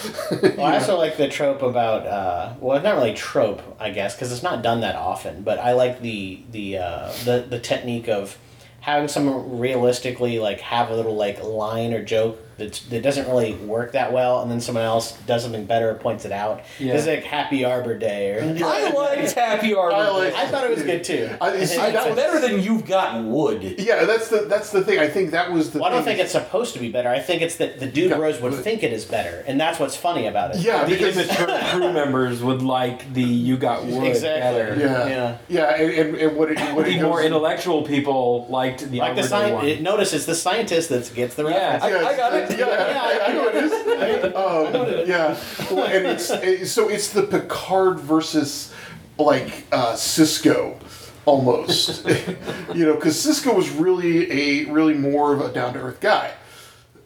Well, I also like the trope about uh, well, it's not really trope, I guess, because it's not done that often. But I like the the uh, the the technique of having someone realistically like have a little like line or joke that's, that doesn't really work that well, and then someone else does something better, points it out. Yeah. It's like Happy Arbor Day, or I liked Happy Arbor. I liked- I thought it was good too. I- you see, that It's was- better than you've got wood. yeah, that's the that's the thing. I think that was the. Well, I don't thing. think it's supposed to be better. I think it's that the dude Yeah. bros would think it is better, and that's what's funny about it. yeah The because immature crew members would like the "you got wood" Exactly. better. Yeah. Yeah. and, and, and what it, what it The more goes- intellectual people liked the Like the Arbor Day science, one. it, notice it's the scientist that gets the reference. I- I got it. Yeah, I, I know it is. Um, yeah, Well, and it's it- so it's the Picard versus like uh, Cisco, almost. you know, because Cisco was really a really more of a down to earth guy,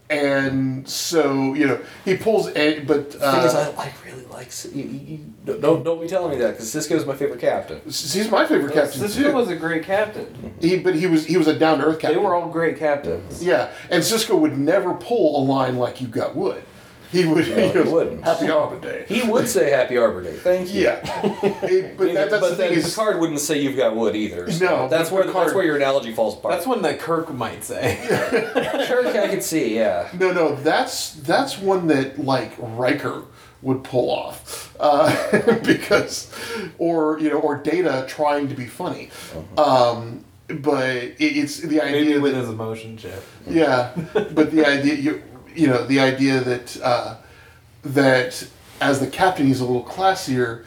and so you know he pulls. A, but The thing is, uh, I, I really like. S- You, you, you- don't- don't don't be telling me that because Cisco's my favorite captain. he's my favorite captain This too. was a great captain. he, but he was he was a down to earth They captain. were all great captains. Yeah, and Cisco would never pull a line like you got wood. He would. he you know, wouldn't. Happy Arbor Day. He would say Happy Arbor Day. Thank you. Yeah, It- but that, that's but the then thing is, Picard wouldn't say you've got wood either. so No, that's where that's Picard- where your analogy falls apart. That's one that Kirk might say. Kirk I could see. Yeah, no, no, that's that's one that like Riker would pull off uh, because, or you know, or Data trying to be funny, um, but it, it's the Maybe idea with that his emotion chip. yeah, but the idea you you know the idea that uh, that as the captain he's a little classier,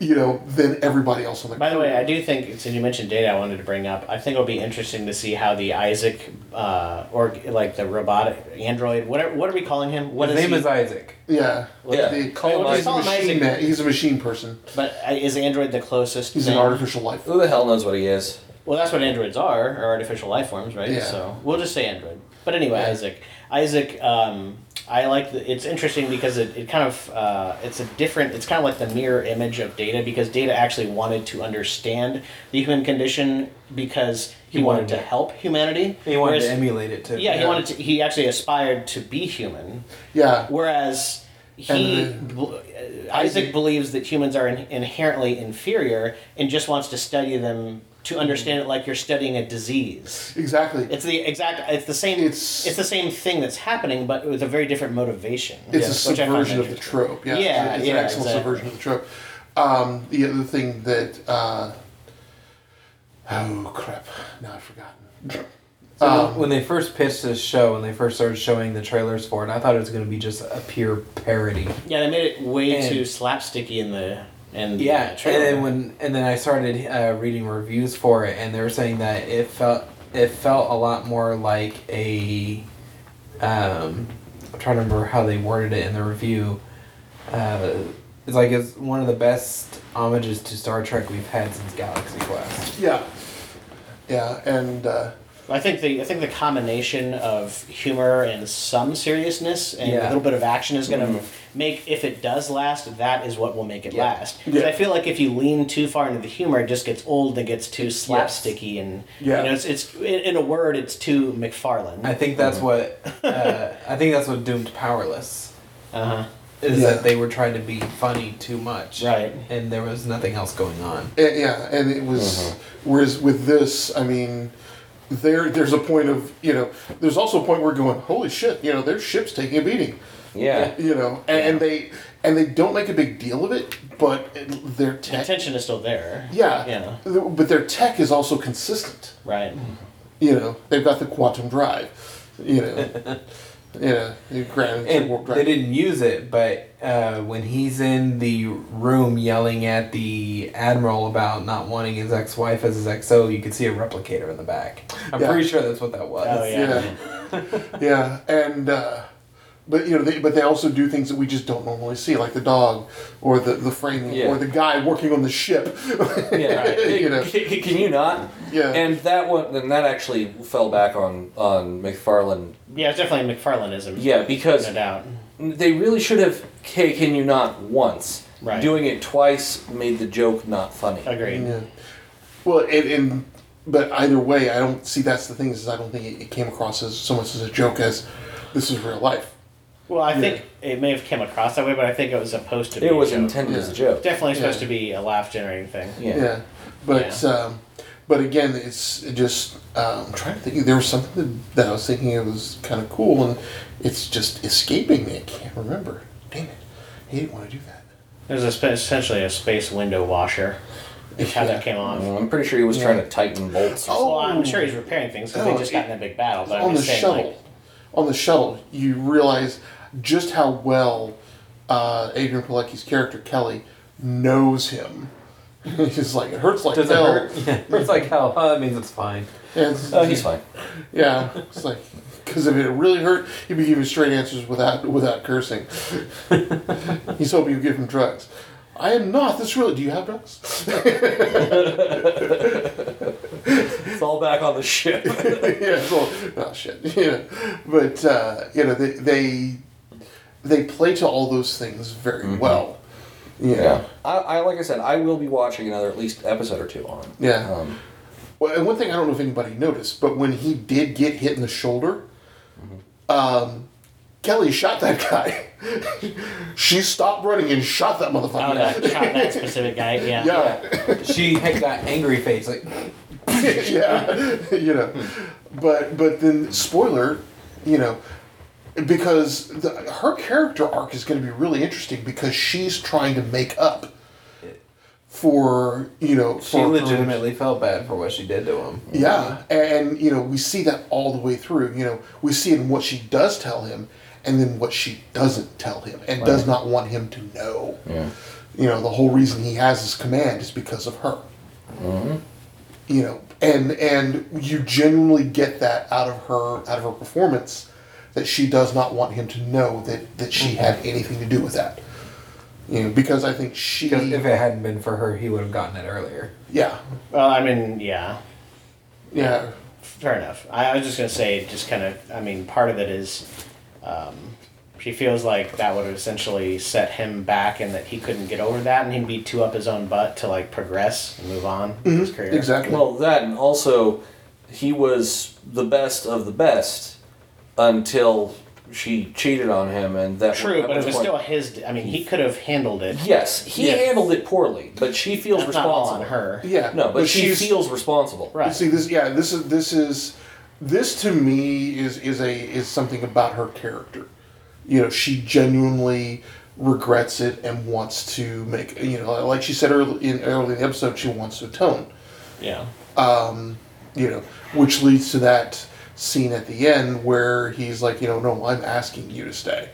you know, than everybody else on the By the way, I do think since you mentioned data, I wanted to bring up. I think it'll be interesting to see how the Isaac uh, or like the robotic android. What are, what are we calling him? What His is name he? is uh, Isaac. yeah Yeah, the- call him he's a Isaac. machine man. He's a machine person. But uh, is android the closest? He's thing? an artificial life. who the hell knows what he is? Well, that's what androids are, are artificial life forms, right? Yeah. So we'll just say android. But anyway, Yeah. Isaac, Isaac, um, I like. The, it's interesting because it, it kind of uh, it's a different. It's kind of like the mirror image of Data because Data actually wanted to understand the human condition because he, He wanted, wanted to to- help humanity. He wanted to Whereas- emulate it too. Yeah, he wanted to. He actually aspired to be human, Yeah. whereas he And bel- uh, Isaac believes that humans are in, inherently inferior and just wants to study them Hmm. to understand it like you're studying a disease. Exactly. It's the exact. It's the same. It's, It's- the same thing that's happening, but with a very different motivation. It's a which I find subversion of the interesting. trope. Yeah, Yeah, it's, yeah, an excellent exactly. subversion of the trope. Um, the other thing that uh, oh crap, now I've forgotten. So when they first pitched this show, and they first started showing the trailers for it, I thought it was going to be just a pure parody. Yeah, they made it way And- too slapsticky in the and Yeah, and then when and then I started uh, reading reviews for it, and they were saying that it felt it felt a lot more like a. Um, I'm trying to remember how they worded it in the review. Uh, it's like it's one of the best homages to Star Trek we've had since Galaxy Quest. Yeah. Yeah, and uh, I think the I think the combination of humor and some seriousness and a Yeah. little bit of action is going to make if it does last that is what will make it Yeah. last. 'Cause Yeah. I feel like if you lean too far into the humor, it just gets old and it gets too slapsticky and Yeah. you know it's it's in, in a word it's too McFarlane. I think Mm-hmm. that's what. Uh, I think that's what doomed Powerless. Uh is Yeah. that they were trying to be funny too much. Right. And there was nothing else going on. a- yeah, and it was. Whereas with this, I mean, there there's a point of you know, there's also a point where going, holy shit, you know, their ship's taking a beating, Yeah. you know, and, and they and they don't make a big deal of it, but it- their huh. tech, Tension is still there. yeah, Yeah. th- but their tech is also consistent. Right. You know, they've got the quantum drive, you know, yeah, the ground And warp they didn't use it, but uh, when he's in the room yelling at the admiral about not wanting his ex-wife as his XO, you could see a replicator in the back. I'm Yeah. pretty sure that's what that was. Oh yeah. yeah, yeah, and uh, but you know, they, but they also do things that we just don't normally see, like the dog or the the frame Yeah. or the guy working on the ship. Yeah. you know, C- c- Can you not? Yeah. And that one, then that actually fell back on on McFarlane. Yeah, it's definitely McFarlaneism. Yeah, because no doubt. they really should have "K, can you not?" once. Right. Doing it twice made the joke not funny. Agreed. yeah. Well, and, and but either way, I don't see that's the thing is I don't think it, it came across as so much as a joke as this is real life. Well, I think it may have come across that way, but I think it was supposed to be. It was a joke. intended as a Yeah. joke. Definitely supposed Yeah. to be a laugh generating thing. Yeah. Yeah, but Um, but again, it's it just um, I'm trying to think. There was something that, that I was thinking it was kind of cool, and it's just escaping me. I can't remember. Damn it! He didn't want to do that. There's a sp- essentially a space window washer. Is how that came off. Well, I'm pretty sure he was trying to tighten bolts. Or Well, I'm sure he's repairing things because Oh, they just got in a big battle. But I'm on the just saying, shuttle, like, on the shuttle, you realize just how well uh, Adrian Pilecki's character Kelly knows him. He's like it hurts like Does it hell. hurt? Yeah, it hurts like hell. Oh, that means it's fine. Yeah, it's- something. oh, he's fine. yeah, it's like because if it really hurt, he'd be giving straight answers without without cursing. He's hoping you give him drugs. I am not. This really. Do you have drugs? It's all back on the ship. yeah, well, oh shit, you know, but uh, you know they they they play to all those things very well. You Yeah. know? I, I like I said, I will be watching another at least episode or two on. it. Yeah. Um, Well, and one thing I don't know if anybody noticed, but when he did get hit in the shoulder, um, Kelly shot that guy. she stopped running and shot that oh, motherfucker. that, shot that specific guy. Yeah. yeah, She had that angry face, like yeah, you know. But but then spoiler, you know, because the, her character arc is going to be really interesting because she's trying to make up for you know she for her- legitimately felt bad for what she did to him. Yeah, and you know we see that all the way through. You know we see it in what she does tell him, and then what she doesn't tell him, and does not want him to know. yeah. You know the whole reason he has his command is because of her. You know, and and you genuinely get that out of her out of her performance, that she does not want him to know that that she had anything to do with that. You know, because I think she, Because if it hadn't been for her, he would have gotten it earlier. yeah, Well, I mean, yeah. yeah, Fair enough. I, I was just gonna say, just kind of. I mean, part of it is, um, she feels like that would have essentially set him back, and that he couldn't get over that, and he'd be too up his own butt to like progress and move on in his career. Mm-hmm. exactly. Well, that and also, he was the best of the best until she cheated on him, and that True, at but it which was point- still his. I mean, he could have handled it. Yes, he Yes. handled it poorly, but she feels That's not all responsible. on her. yeah, No, but, she she's- feels responsible. Right. See this, yeah. This is this is this to me is is a is something about her character. You know, she genuinely regrets it and wants to make. You know, like she said early in early in the episode, she wants to atone. Yeah. You know, which leads to that scene at the end where he's like, you know, no, I'm asking you to stay.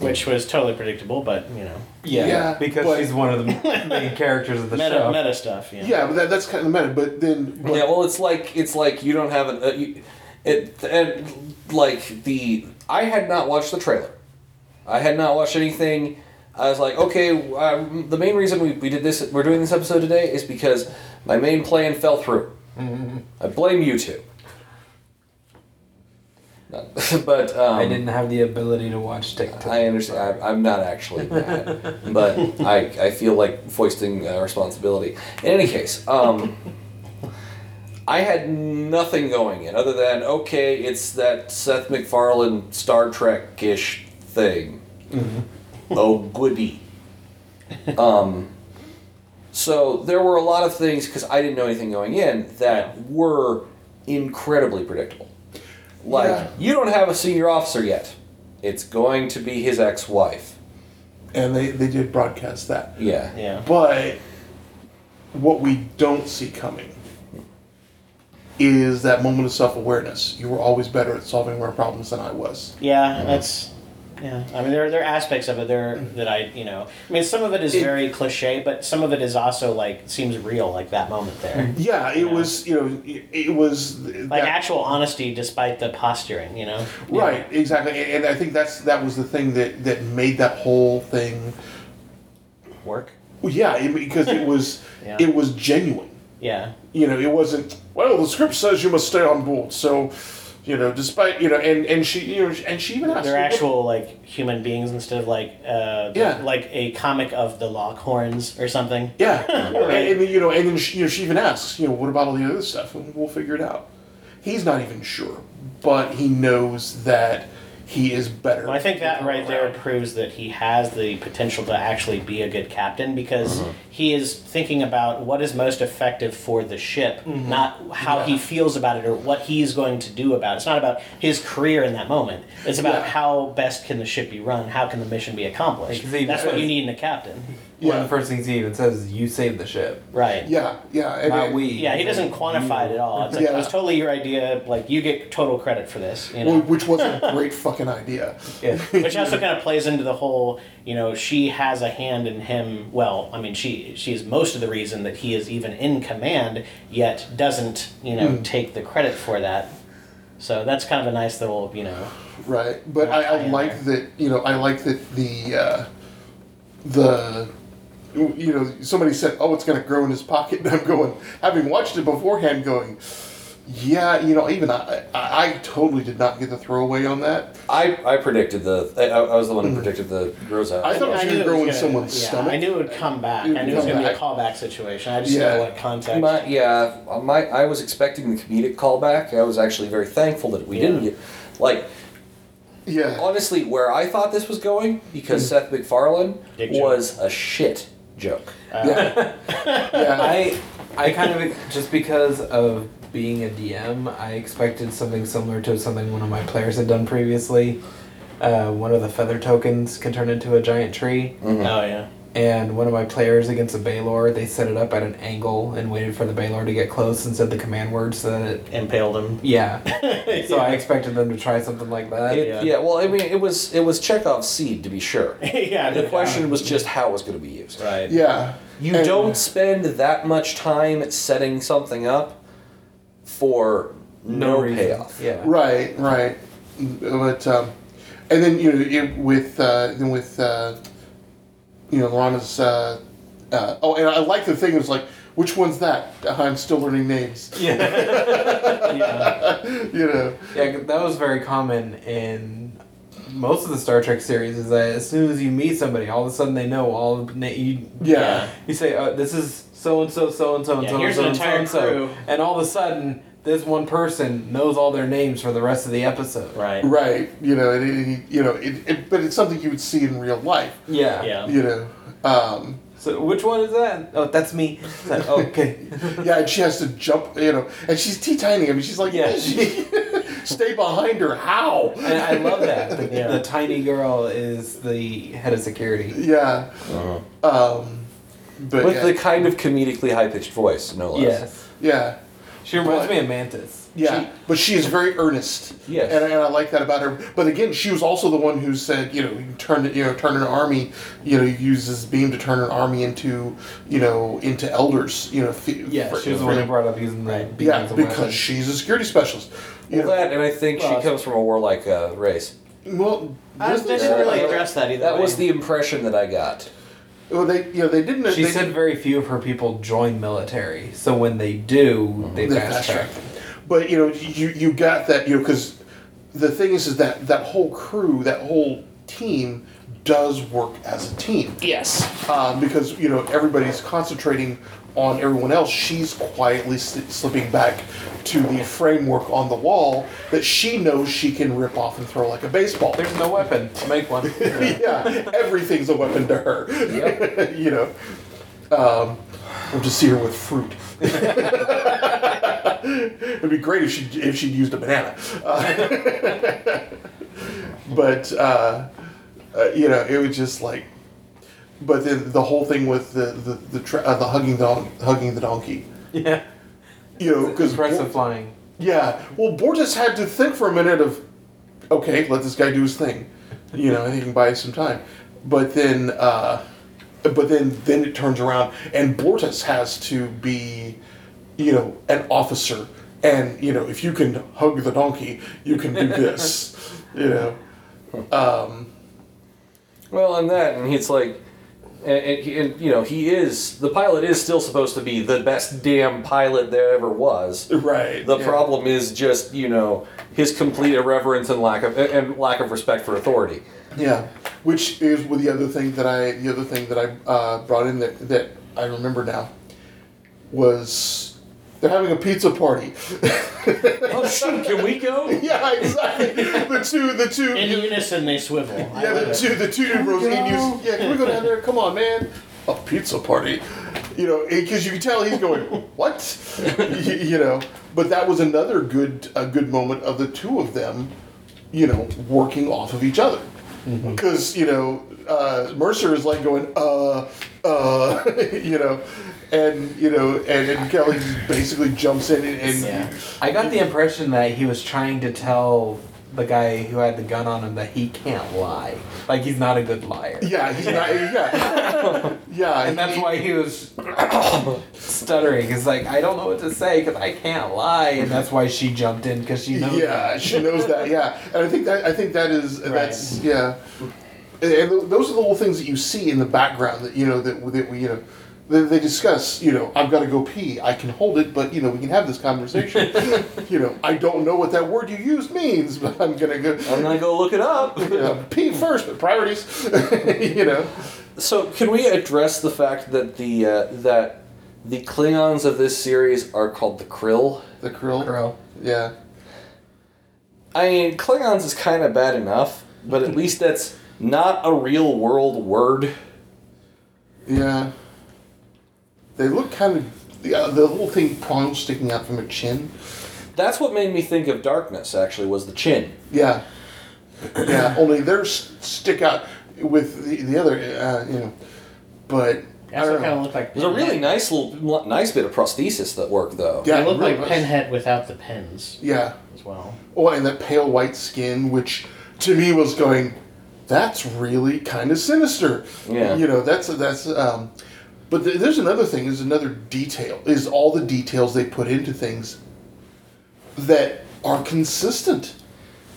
which was totally predictable, but you know, Yeah, Yeah, because but- she's one of the main characters of the meta show. meta stuff. Yeah. Yeah, but that, that's kind of meta. But then, but, Yeah, well, it's like it's like you don't have an uh, you, it and like the I had not watched the trailer. I had not watched anything. I was like, okay, um, the main reason we, we did this, we're doing this episode today, is because my main plan fell through. I blame you two. Not- but um, I didn't have the ability to watch TikTok. I understand. I, I'm not actually mad, but I, I feel like foisting uh, responsibility. In any case, um, I had nothing going in other than okay, it's that Seth MacFarlane Star Trek ish thing. Oh goody. Um, so there were a lot of things because I didn't know anything going in that were incredibly predictable. Like Yeah. you don't have a senior officer yet. It's going to be his ex-wife. and they, they did broadcast that. Yeah. Yeah. But what we don't see coming is that moment of self awareness. You were always better at solving more problems than I was. Yeah, that's yeah. I mean, there there are aspects of it there that I you know. I mean, some of it is It- very cliche, but some of it is also like seems real, like that moment there, Yeah, Yeah. it was, you know, it, it was. th- like that- actual honesty despite the posturing. You know. Right, exactly. And and I think that's that was the thing that, that made that whole thing. Work. Well, Yeah, it, because it was Yeah. it was genuine. Yeah. You know, it wasn't. Well, the script says you must stay on board, so you know, despite you know, and and she you know, and she even asked, They're "What- actual like human beings instead of like uh, the- Yeah. like a comic of the Lockhorns or something. Yeah, Well, and, and you know, and then she, you know, she even asks, you know, what about all the other stuff? And we'll figure it out. He's not even sure, but he knows that he is better. Well, I think that right there proves that he has the potential to actually be a good captain because Mm-hmm. he is thinking about what is most effective for the ship, not how he feels about it or what he's going to do about it. It's not about his career in that moment. It's about Yeah. how best can the ship be run, how can the mission be accomplished. Because he That's what says- you need in a captain, One of Yeah, the first things he even says is, "You saved the ship, right? yeah, yeah. and- not and- we." Yeah, he doesn't quantify it at all. It's like Yeah. it was totally your idea. Like you get total credit for this. You know? well, which was a great fucking idea. Yeah. which also kind of plays into the whole you know she has a hand in him well i mean she she is most of the reason that he is even in command yet doesn't you know Hmm. take the credit for that so that's kind of a nice little you know Right, but I, I Yeah. like that. You know, I like that the uh, the you know somebody said, "Oh, it's going to grow in his pocket," and I'm going, having watched it beforehand, going, "Yeah, you know, even I, I, I totally did not get the throwaway on that." I, I predicted the. I, I was the one who predicted the grows out. I thought it was knew it going to was grow in gonna- someone's yeah, stomach. i knew it would come back It would i knew it was come going to be a back. callback situation i just Yeah. didn't know what context My, yeah, my I was expecting the comedic callback. I was actually very thankful that we didn't Yeah. get. Like Yeah, honestly, where I thought this was going because Seth MacFarlane Dick joke. was a shit joke. uh, yeah, yeah. I I kind of just because of being a DM, I expected something similar to something one of my players had done previously. Uh, one of the feather tokens can turn into a giant tree, oh yeah and one of my players against a Baylor, they set it up at an angle and waited for the Baylor to get close and said the command word so that it. impaled him Yeah. So I expected them to try something like that. It- yeah. yeah. well, I mean, it was it was Chekhov's seed to be sure. yeah The question was just how it was going to be used. right Yeah. You And- don't spend that much time setting something up for no, reason. payoff. Yeah. Right, right. But um, and then you know it, with uh, then with uh, you know Lorana's. Uh, uh, oh, and I like the thing. It was like, which one's that? Uh, I'm still learning names. Yeah. yeah. you know. Yeah, 'cause that was very common in most of the Star Trek series. Is that as soon as you meet somebody, all of a sudden they know all. the na- You, Yeah. you say, oh, "This is so and so, so and so, and Yeah, so and here's an so, and so entire and so," crew. and all of a sudden, this one person knows all their names for the rest of the episode. right Right. You know. And it, it- you know. It, it, but it's something you would see in real life. Yeah. yeah You know. Um, So which one is that? Oh, that's me. It's like, okay. yeah, and she has to jump. You know, and she's tea tiny. I mean, she's like, Yeah. stay behind her. How? and I love that. The, Yeah. the tiny girl is the head of security. Yeah. Um, but With yeah, the kind of comedically high pitched voice, no less. Yes. yeah. She reminds But- me of Mantis. Yeah, She- but she is very earnest. Yes. and, and I like that about her. But again, she was also the one who said, you know, you can turn it, you know, turn an army, you know, use this beam to turn an army into, you know, into elders. You know, f- Yeah, for- she was the for- one who brought up using the beam yeah, as a because weapon. she's a security specialist. You Well, know, that, and I think Well, she comes from a warlike uh, race. well, I wasn't they she- didn't really Uh, address that either. That was the way. impression that I got. Well, they, you know, they didn't. She they- said very few of her people join military, so when they do, they Mm-hmm. they fast track. fast-tracked them. But you know, you you got that you know because the thing is is that that whole crew, that whole team, does work as a team. yes. um, because you know everybody's concentrating on everyone else. She's quietly s- slipping back to the framework on the wall that she knows she can rip off and throw like a baseball. There's no weapon. Make one. yeah, everything's a weapon to her. you know, um, we'll just see her with fruit. It'd be great if she if she'd used a banana. Uh, but uh, uh, you know, it was just like. But the, the whole thing with the the the, tra- uh, the hugging the don- hugging the donkey, yeah. you know, because Impressive flying. yeah. Well, Borges had to think for a minute of, okay, let this guy do his thing. You know, he can buy us some time. But then, uh, but then, then it turns around, and Bortus has to be, you know, an officer. And you know, if you can hug the donkey, you can do this. you know, Well, and that, and he's like, and, and, he- and you know, he is the pilot is still supposed to be the best damn pilot there ever was. right? The yeah. problem is just you know his complete irreverence and lack of and lack of respect for authority. Yeah, which is with the other thing that I the other thing that I uh, brought in that that I remember now was they're having a pizza party. oh shoot! Can we go? Yeah, exactly. the two, the two, In unison, they swivel. I yeah, love the it. two, the two new bros. he used- Yeah, can we go down there? Come on, man. A pizza party. You know, because you can tell he's going, what? you, you know, but that was another good, a good moment of the two of them, you know, working off of each other. Because you know, uh, Mercer is like going, uh, uh, you know, and you know, and, and Kelly basically jumps in and, and Yeah. I got the impression that he was trying to tell the guy who had the gun on him that he can't lie. Like he's not a good liar. yeah, he's not, yeah, yeah, And that's he- why he was stuttering. It's like I don't know what to say because I can't lie, and that's why she jumped in because she knows. yeah, she knows that. Yeah, and I think that I think that is that's yeah, and, and tho- those are the little things that you see in the background that you know that that we you know they, they discuss. You know, I've got to go pee. I can hold it, but you know we can have this conversation. you know, I don't know what that word you used means, but I'm gonna go. I'm gonna go look it up. you know, pee first, but priorities. you know, So, can we address the fact that the uh, that the Klingons of this series are called the Krill? the krill. Girl. Yeah. I mean, Klingons is kind of bad enough, but at least that's not a real world word. Yeah. They look kind of. Yeah, the little thing prong sticking out from her chin. That's what made me think of darkness. Actually, was the chin. Yeah, yeah. only theirs stick out with the, the other, uh, you know. But That's I what kind don't of know. looked like. It was a really Pinhead. nice little, nice bit of prosthesis that worked though. Yeah, It looked really like was. Pinhead without the pins Yeah. as well. Oh, and that pale white skin, which to me was going, that's really kind of sinister. Yeah. You know, that's that's. Um, but th- there's another thing. There's another detail. Is all the details they put into things that are consistent.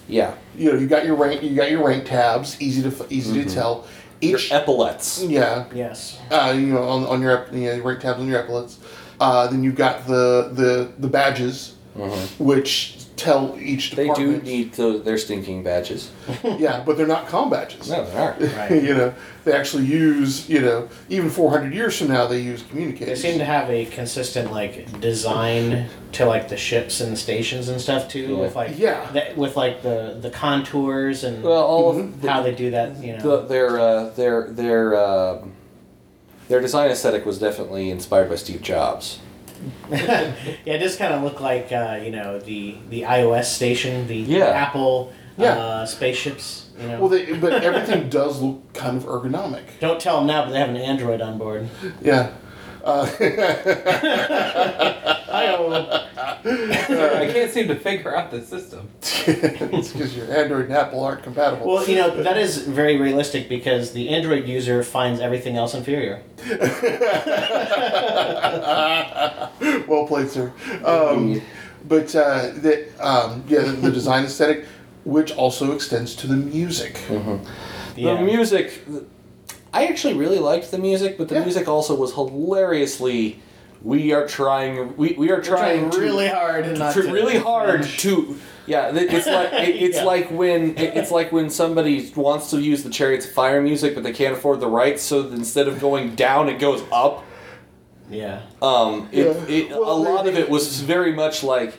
Yeah. You know, you got your rank, you got your rank tabs, easy to f- easy to tell. Mm-hmm. Your Each epaulets. yeah, Yes. uh, you know, on, on your ep- you know, your rank tabs on your epaulets. Uh, then you've got the the the badges, Mm-hmm. which tell each They do department. need to, their stinking badges. yeah, but they're not com badges. No, they aren't. Right. you know, they actually use you know even four hundred years from now they use They communicators. seem to have a consistent like design to like the ships and stations and stuff too. With like Yeah. the- with like the the contours and Well, all Mm-hmm. of Mm-hmm. how the, they do that. You know. the, their uh, their their um their design aesthetic was definitely inspired by Steve Jobs. yeah, it does kind of look like uh, you know the the iOS station, the Yeah. Apple Yeah. uh, spaceships. You know. well, they, but everything does look kind of ergonomic. Don't tell them now, but they have an Android on board. Yeah. I know. I can't seem to figure out the system. it's because your Android and Apple aren't compatible. Well, you know that is very realistic because the Android user finds everything else inferior. well played, sir. Um, but uh, the, um, yeah, the, the design aesthetic, which also extends to the music. Yeah. The music, I actually really liked the music, but the Yeah. music also was hilariously. We are trying. We, we are trying, to- really hard and not to, to really hard infringe. to. Yeah, th- it's like it, it's Yeah. like when it, it's like when somebody wants to use the Chariots of Fire music, but they can't afford the rights, so instead of going down, it goes up. Yeah. Um, it, Yeah. it, a Well, lot they- of it was very much like,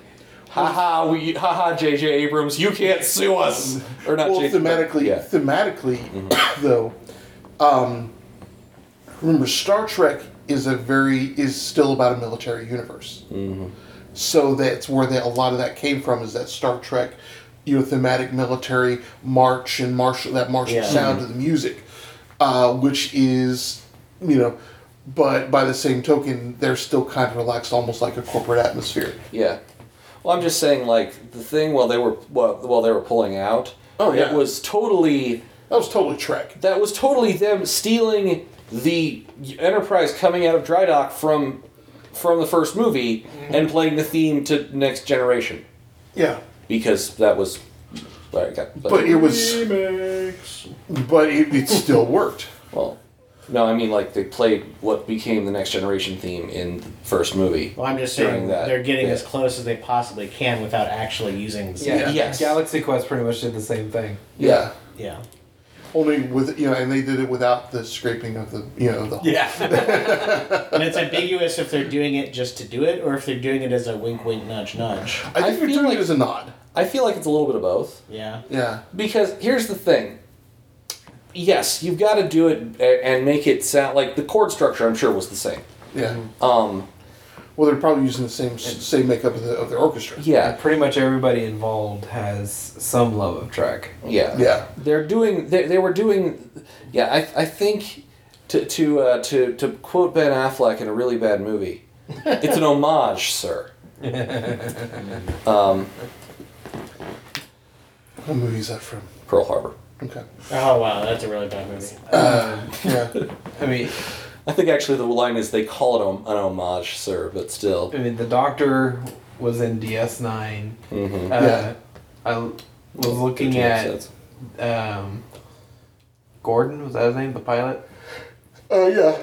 haha, we haha, J.J. Abrams, you can't sue us, or not. well, J.J., but- thematically, yeah. Mm-hmm. thematically, though, um, remember Star Trek is a very is still about a military universe. Mm-hmm. So that's where that a lot of that came from is that Star Trek, you know, thematic military march and martial that martial Yeah. sound Mm-hmm. to the music, uh, which is, you know. But by the same token, they're still kind of relaxed, almost like a corporate atmosphere. Yeah. Well, I'm just saying, like the thing while they were while, while they were pulling out. Oh, yeah. It was totally That was totally Trek. that was totally them stealing the Enterprise coming out of dry dock from from the first movie and playing the theme to Next Generation Yeah, because that was. All right, got, but it was, but it, it still worked. well. No, I mean like they played what became the Next Generation theme in the first movie. Well, I'm just During saying that, they're getting yeah. as close as they possibly can without actually using. the- Yeah, Yes. Galaxy Quest pretty much did the same thing. Yeah. Yeah. Only with you know, and they did it without the scraping of the you know the. Yeah, And it's ambiguous if they're doing it just to do it or if they're doing it as a wink, wink, nudge, nudge. I I think feel they're doing like- it as a nod. I feel like it's a little bit of both. Yeah. Yeah. because here's the thing yes you've got to do it a- and make it sound like the chord structure i'm sure was the same Yeah. um Well, they're probably using the same same makeup of the of the orchestra. yeah pretty much everybody involved has some love of Trek. yeah Yeah. they're doing they, they were doing yeah i, I think to to, uh, to to quote ben affleck in a really bad movie it's an homage sir um What movie is that from? pearl harbor Okay. Oh, wow. That's a really bad movie. Yeah. I mean, i think actually the line is they call it hom- an homage sir but still I mean, the Doctor was in DS Nine. Mhm. Uh, Yeah. I l- was looking 13 at episodes. um, Gordon. Was that his name? The pilot. Oh yeah.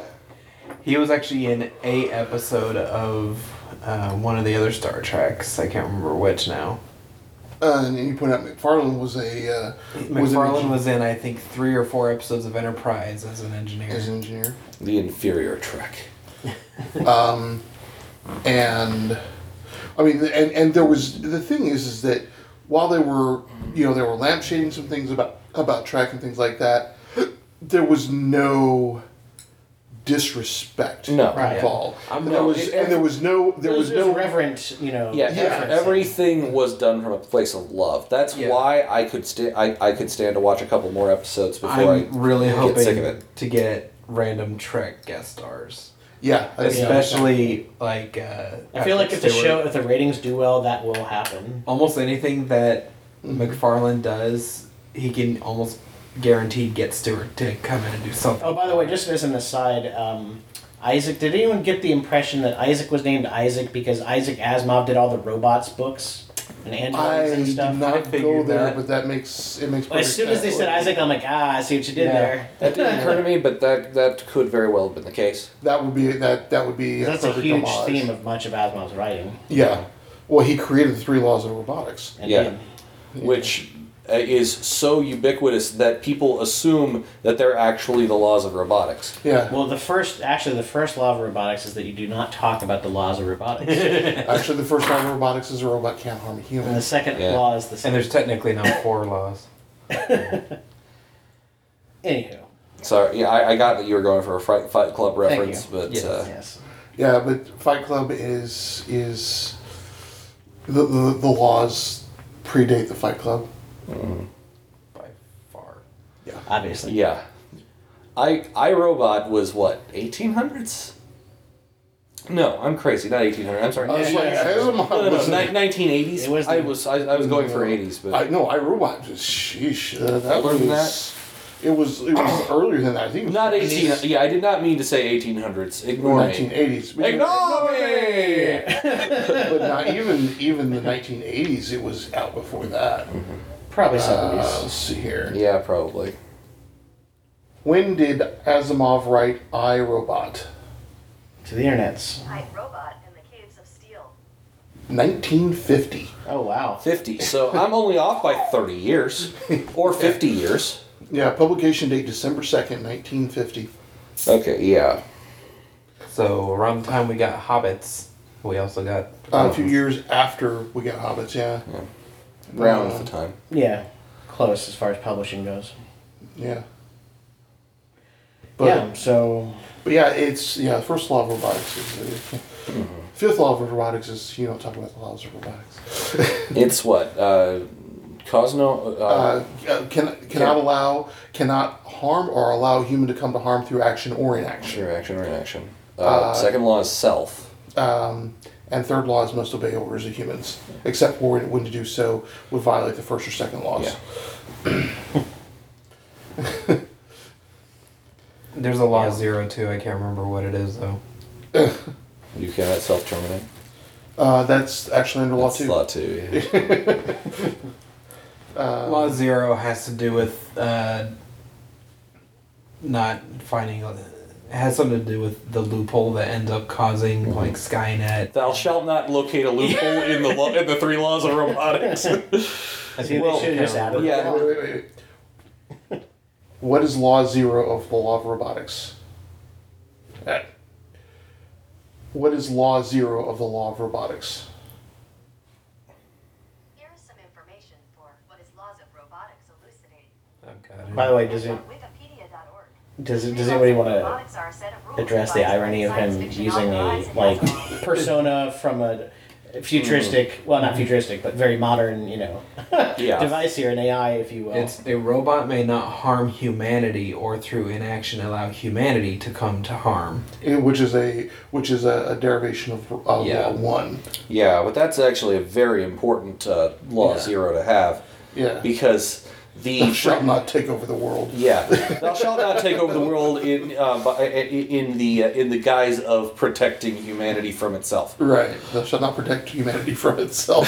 He was actually in a episode of uh, one of the other Star Treks. I can't remember which now. Uh, and you point out McFarlane was a uh, was an McFarlane engi- was in, I think, three or four episodes of Enterprise as an engineer. as an engineer. the inferior trek um, and I mean, and and there was the thing is, is that while they were, you know, they were lampshading some things about about track and things like that, there was no disrespect No. Right. involved. I'm- and there no, was it- and there was no there was, no reverent, you know. Yeah, Yeah. ev- references. everything was done from a place of love. That's Yeah. why I could stand. I, I could stand to watch a couple more episodes before I'm I really get hoping sick of it. to get random Trek guest stars, yeah, I- especially like. Uh, I feel like if Patrick the Stewart. show, if the ratings do well, that will happen. almost anything that Mm-hmm. McFarlane does, he can almost guaranteed get Stewart to come in and do something. Oh, by the way, just as an aside, um, Isaac, did anyone get the impression that Isaac was named Isaac because Isaac Asimov did all the robots books and I androids and did stuff? I not go figured there, that. but that makes it makes. Well, as perfect soon as they sense. said Isaac, I'm like, ah, I see what you did Yeah. there. That didn't occur to me, but that that could very well have been the case. that would be that that would be That's a perfect huge homage. theme of much of Asimov's writing. Yeah, well, he created the three laws of robotics. And Yeah. yeah. Which uh, is so ubiquitous that people assume that they're actually the laws of robotics. Yeah, Well, the first, actually, the first law of robotics is that you do not talk about the laws of robotics. and actually, the first law of robotics is a robot can't harm a human. the second Yeah. law is the same. And there's technically now four laws. Anywho. Sorry, yeah, I, I got that you were going for a Fright, Fight Club reference, you. but Yes. uh, Yes. Yeah, but Fight Club is is the the, the laws predate the Fight Club. By far. Obviously. yeah, I I Robot was what eighteen hundreds. No, I'm crazy. Not 1800. I'm sorry. I was Oh, Yeah, like, yeah, yeah. Asimov No, no, no, Uh, was ni- 1980s. It was I the- was I, I was going for 80s, but I no, I robot. Sheesh, uh, that Older was than It was it was earlier than that. I think it was not 18. Yeah, I did not mean to say 1800s. Ignore Nineteen me. eighties. Ignore me. But not even even the nineteen eighties. It was out before that. Probably seventies. Uh, let's see here. Yeah, probably. When did Asimov write I Robot? to the internets. I, Robot in the Caves of Steel. Nineteen fifty. Oh wow. 50. So I'm only off by 30 years or 50 years. Yeah, publication date December second, nineteen fifty. Okay. Yeah. So around the time we got Hobbits, we also got Uh, a few years after we got Hobbits. Yeah, Round the time. Yeah, close as far as publishing goes. yeah. yeah. So But yeah, it's yeah. First law of robotics is uh, Mm-hmm. fifth law of robotics is you know talking about the laws of robotics. It's what? Uh, Cosmo? Uh, Uh, uh, can cannot allow cannot harm or allow human to come to harm through action or inaction. sure, action, reaction. Uh, second law is self. Um, and third law is must obey orders of humans, except when, when to do so would violate the first or second laws. Yeah. there's a Law Zero too. I can't remember what it is though. You cannot self terminate. Uh, that's actually under law That's too. law two. yeah. law Zero has to do with uh, not finding. uh, It has something to do with the loophole that ends up causing like Skynet. Thou shalt not locate a loophole in the lo- in the three laws of robotics. I see, Well, they should just add it. yeah. Wait, wait, wait, wait. what is law zero of the law of robotics? Uh, What is law zero of the law of robotics? Here is some information for what is laws of robotics elucidated. Oh, God. By the way, does it From Wikipedia.org. does it does Laws anybody of want to robotics are a set of rules address the devised by irony of science him fiction using a authorized like and outlawed. persona from a futuristic, well, not futuristic, but very modern, you know, Hmm. Yeah. device here, an AI, if you will. It's a robot may not harm humanity or through inaction allow humanity to come to harm. Eh, Which is a which is a, a derivation of, of Yeah. law one. Yeah, but that's actually a very important uh, law Yeah. zero to have Yeah. because the Shall not take over the world. yeah thou shalt not take over the world in uh, by, in the uh, in the guise of protecting humanity from itself. Right. Thou shalt not protect humanity from itself.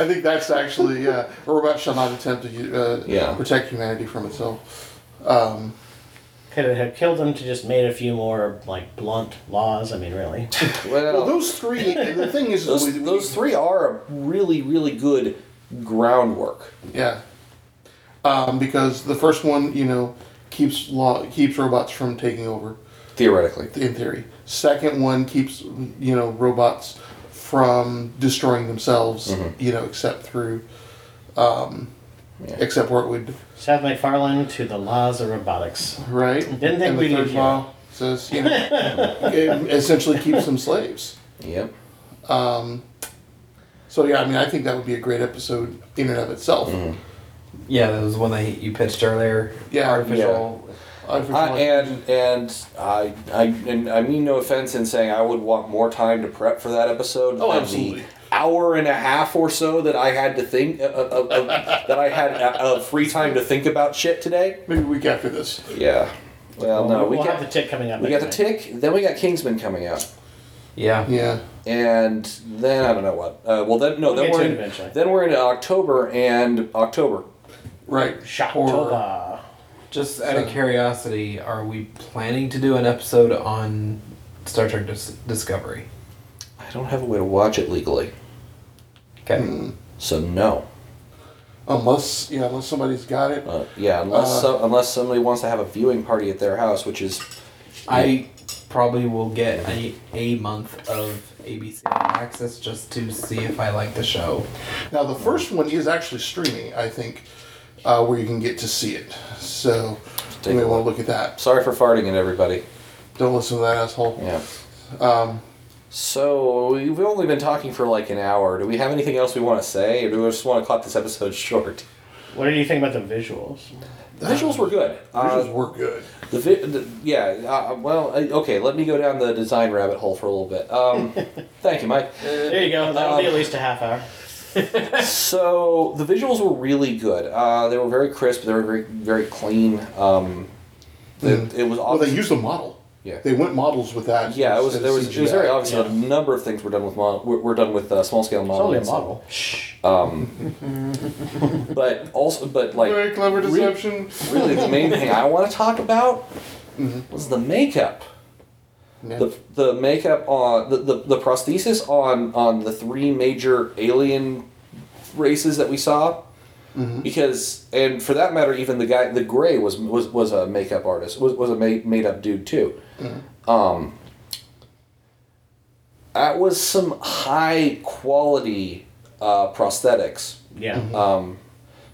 I think that's actually yeah. A robot shall not attempt to uh, Yeah. protect humanity from itself. Could it have killed him to just made a few more like blunt laws? I mean, really. Well, those three. The thing is, those, we- we- those three are a really really good groundwork. Yeah. Um, because the first one, you know, keeps law keeps robots from taking over Theoretically, in theory. Second one keeps you know robots from destroying themselves, you know, except through um, Mm-hmm. Yeah. except where it would Seth MacFarlane to the laws of robotics. right. think and we the need third you. law says you know it essentially keeps them slaves. Um, yep. So yeah, I mean, I think that would be a great episode in and of itself. Mm-hmm. Yeah, that was one that you pitched earlier. Yeah, artificial. Artificial I, Uh, and and I I and I mean no offense in saying I would want more time to prep for that episode. Oh, than the absolutely. Hour and a half or so that I had to think uh, uh, uh, uh, that I had uh, uh, free time to think about shit today. maybe a week after this. Yeah. Well, no, we we'll got have the tick coming up. we got the anyway. tick. Then we got Kingsman coming out, Yeah. Yeah. and then I don't know what. Uh, well, then no, then We'll get we're to it in, eventually. then we're into October and October. Right. Or- Shocktober. Just out of So- curiosity, are we planning to do an episode on Star Trek Dis- Discovery? I don't have a way to watch it legally, Okay. so no. Unless yeah, unless somebody's got it. Uh, yeah, unless so, unless somebody wants to have a viewing party at their house, which is I probably will get a, a month of ABC access just to see if I like the show. Now the first one is actually streaming, I think, uh, where you can get to see it. So Take you may a want to look at that. sorry for farting at everybody. Don't listen to that asshole. Yeah. Um, so we've only been talking for like an hour. Do we have anything else we want to say, or do we just want to cut this episode short? What do you think about the visuals? The Um, visuals were good. Visuals Uh, were good. The, vi- the yeah, uh, well, uh, okay. Let me go down the design rabbit hole for a little bit. Um, thank you, Mike. There you go. That'll be Um, at least a half hour. So the visuals were really good. Uh, they were very crisp. They were very very clean. Um, it, it was Well, they obvious. used a model. Yeah. They went models with that. yeah, it was. instead There of was. It was CGI. very obvious. that A Yeah. number of things were done with mod- were, were done with uh, small scale models. Um, Totally a model. Shh. But also, but like Very clever re- deception. really, the main thing I want to talk about Mm-hmm. was the makeup. Yeah. the, the makeup on the, the, the prosthesis on on the three major alien races that we saw Mm-hmm. because and for that matter even the guy the gray was was, was a makeup artist was, was a made, made up dude too Mm-hmm. um that was some high quality uh, prosthetics Yeah. um,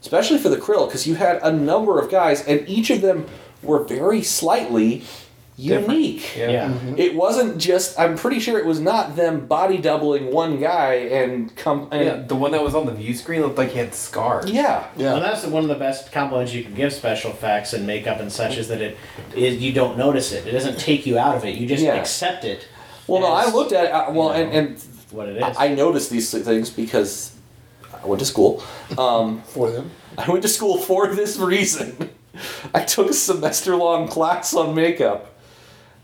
especially for the krill, because you had a number of guys, and each of them were very slightly Different. unique. Yeah. Yeah. It wasn't just. I'm pretty sure it was not them body doubling one guy and come. Yeah, And, the one that was on the view screen looked like he had scars. yeah. Yeah. Well, that's one of the best compliments you can give special effects and makeup and such is that it is you don't notice it. It doesn't take you out of it. You just Yeah. accept it. Well, no, I as looked at it. I, well, you and, know. and What it is. I I noticed these things because I went to school. Um, for them. I went to school for this reason. I took a semester long class on makeup.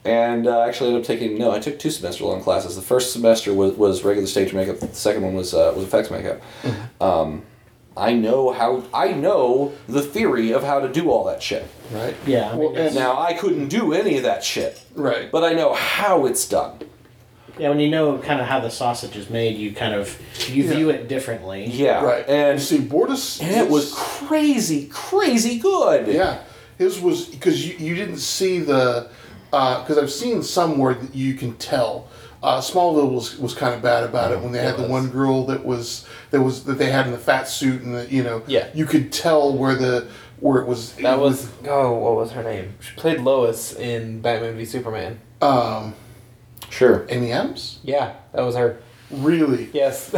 And uh, actually ended up taking, no, I took two semester long classes. The first semester was, was regular stage makeup, the second one was, uh, was effects makeup. Um, I know how, I know the theory of how to do all that shit. Right. Yeah, I mean, Well, and- Now, I couldn't do any of that shit, right. but I know how it's done. yeah, when you know kind of how the sausage is made, you kind of you Yeah. view it differently. Yeah. right. And, see, Bortus. and it was crazy, crazy good. Yeah, his was because you, you didn't see the because I've seen some where you can tell. Uh, Smallville was, was kind of bad about it when they had the Mm-hmm. was. one girl that was that was that they had in the fat suit and the, you know Yeah. you could tell where the where it was That was oh, what was her name? She played Lois in Batman v Superman. um, Sure. Amy Adams Yeah, that was her. E really Yes.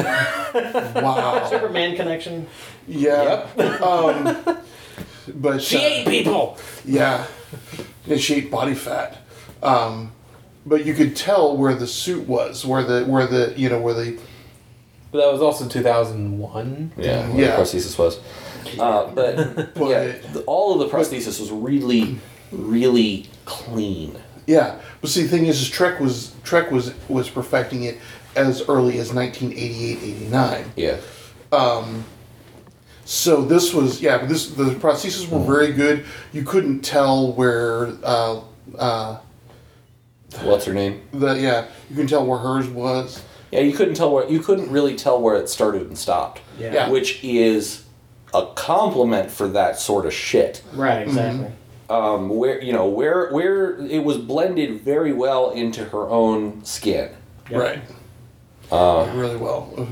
wow Superman connection. yeah um, but she uh, ate people. Yeah, and she ate body fat. Um, but you could tell where the suit was, where the where the you know where the But that was also two thousand one. Yeah, what Yeah. the prosthesis was. Uh, but But- yeah, the, all of the prosthesis was really, really clean. yeah. But see, the thing is, is Trek was Trek was was perfecting it as early as 1988, 89. Yeah. So this was yeah. But this the prostheses were very good. You couldn't tell where uh, uh, What's her name? the yeah. You can tell where hers was. Yeah, you couldn't tell where you couldn't really tell where it started and stopped. Yeah. Yeah. Which is a compliment for that sort of shit. Right, Mm-hmm. exactly. Um, where you know where where it was blended very well into her own skin. Yep. Right. Uh, really well.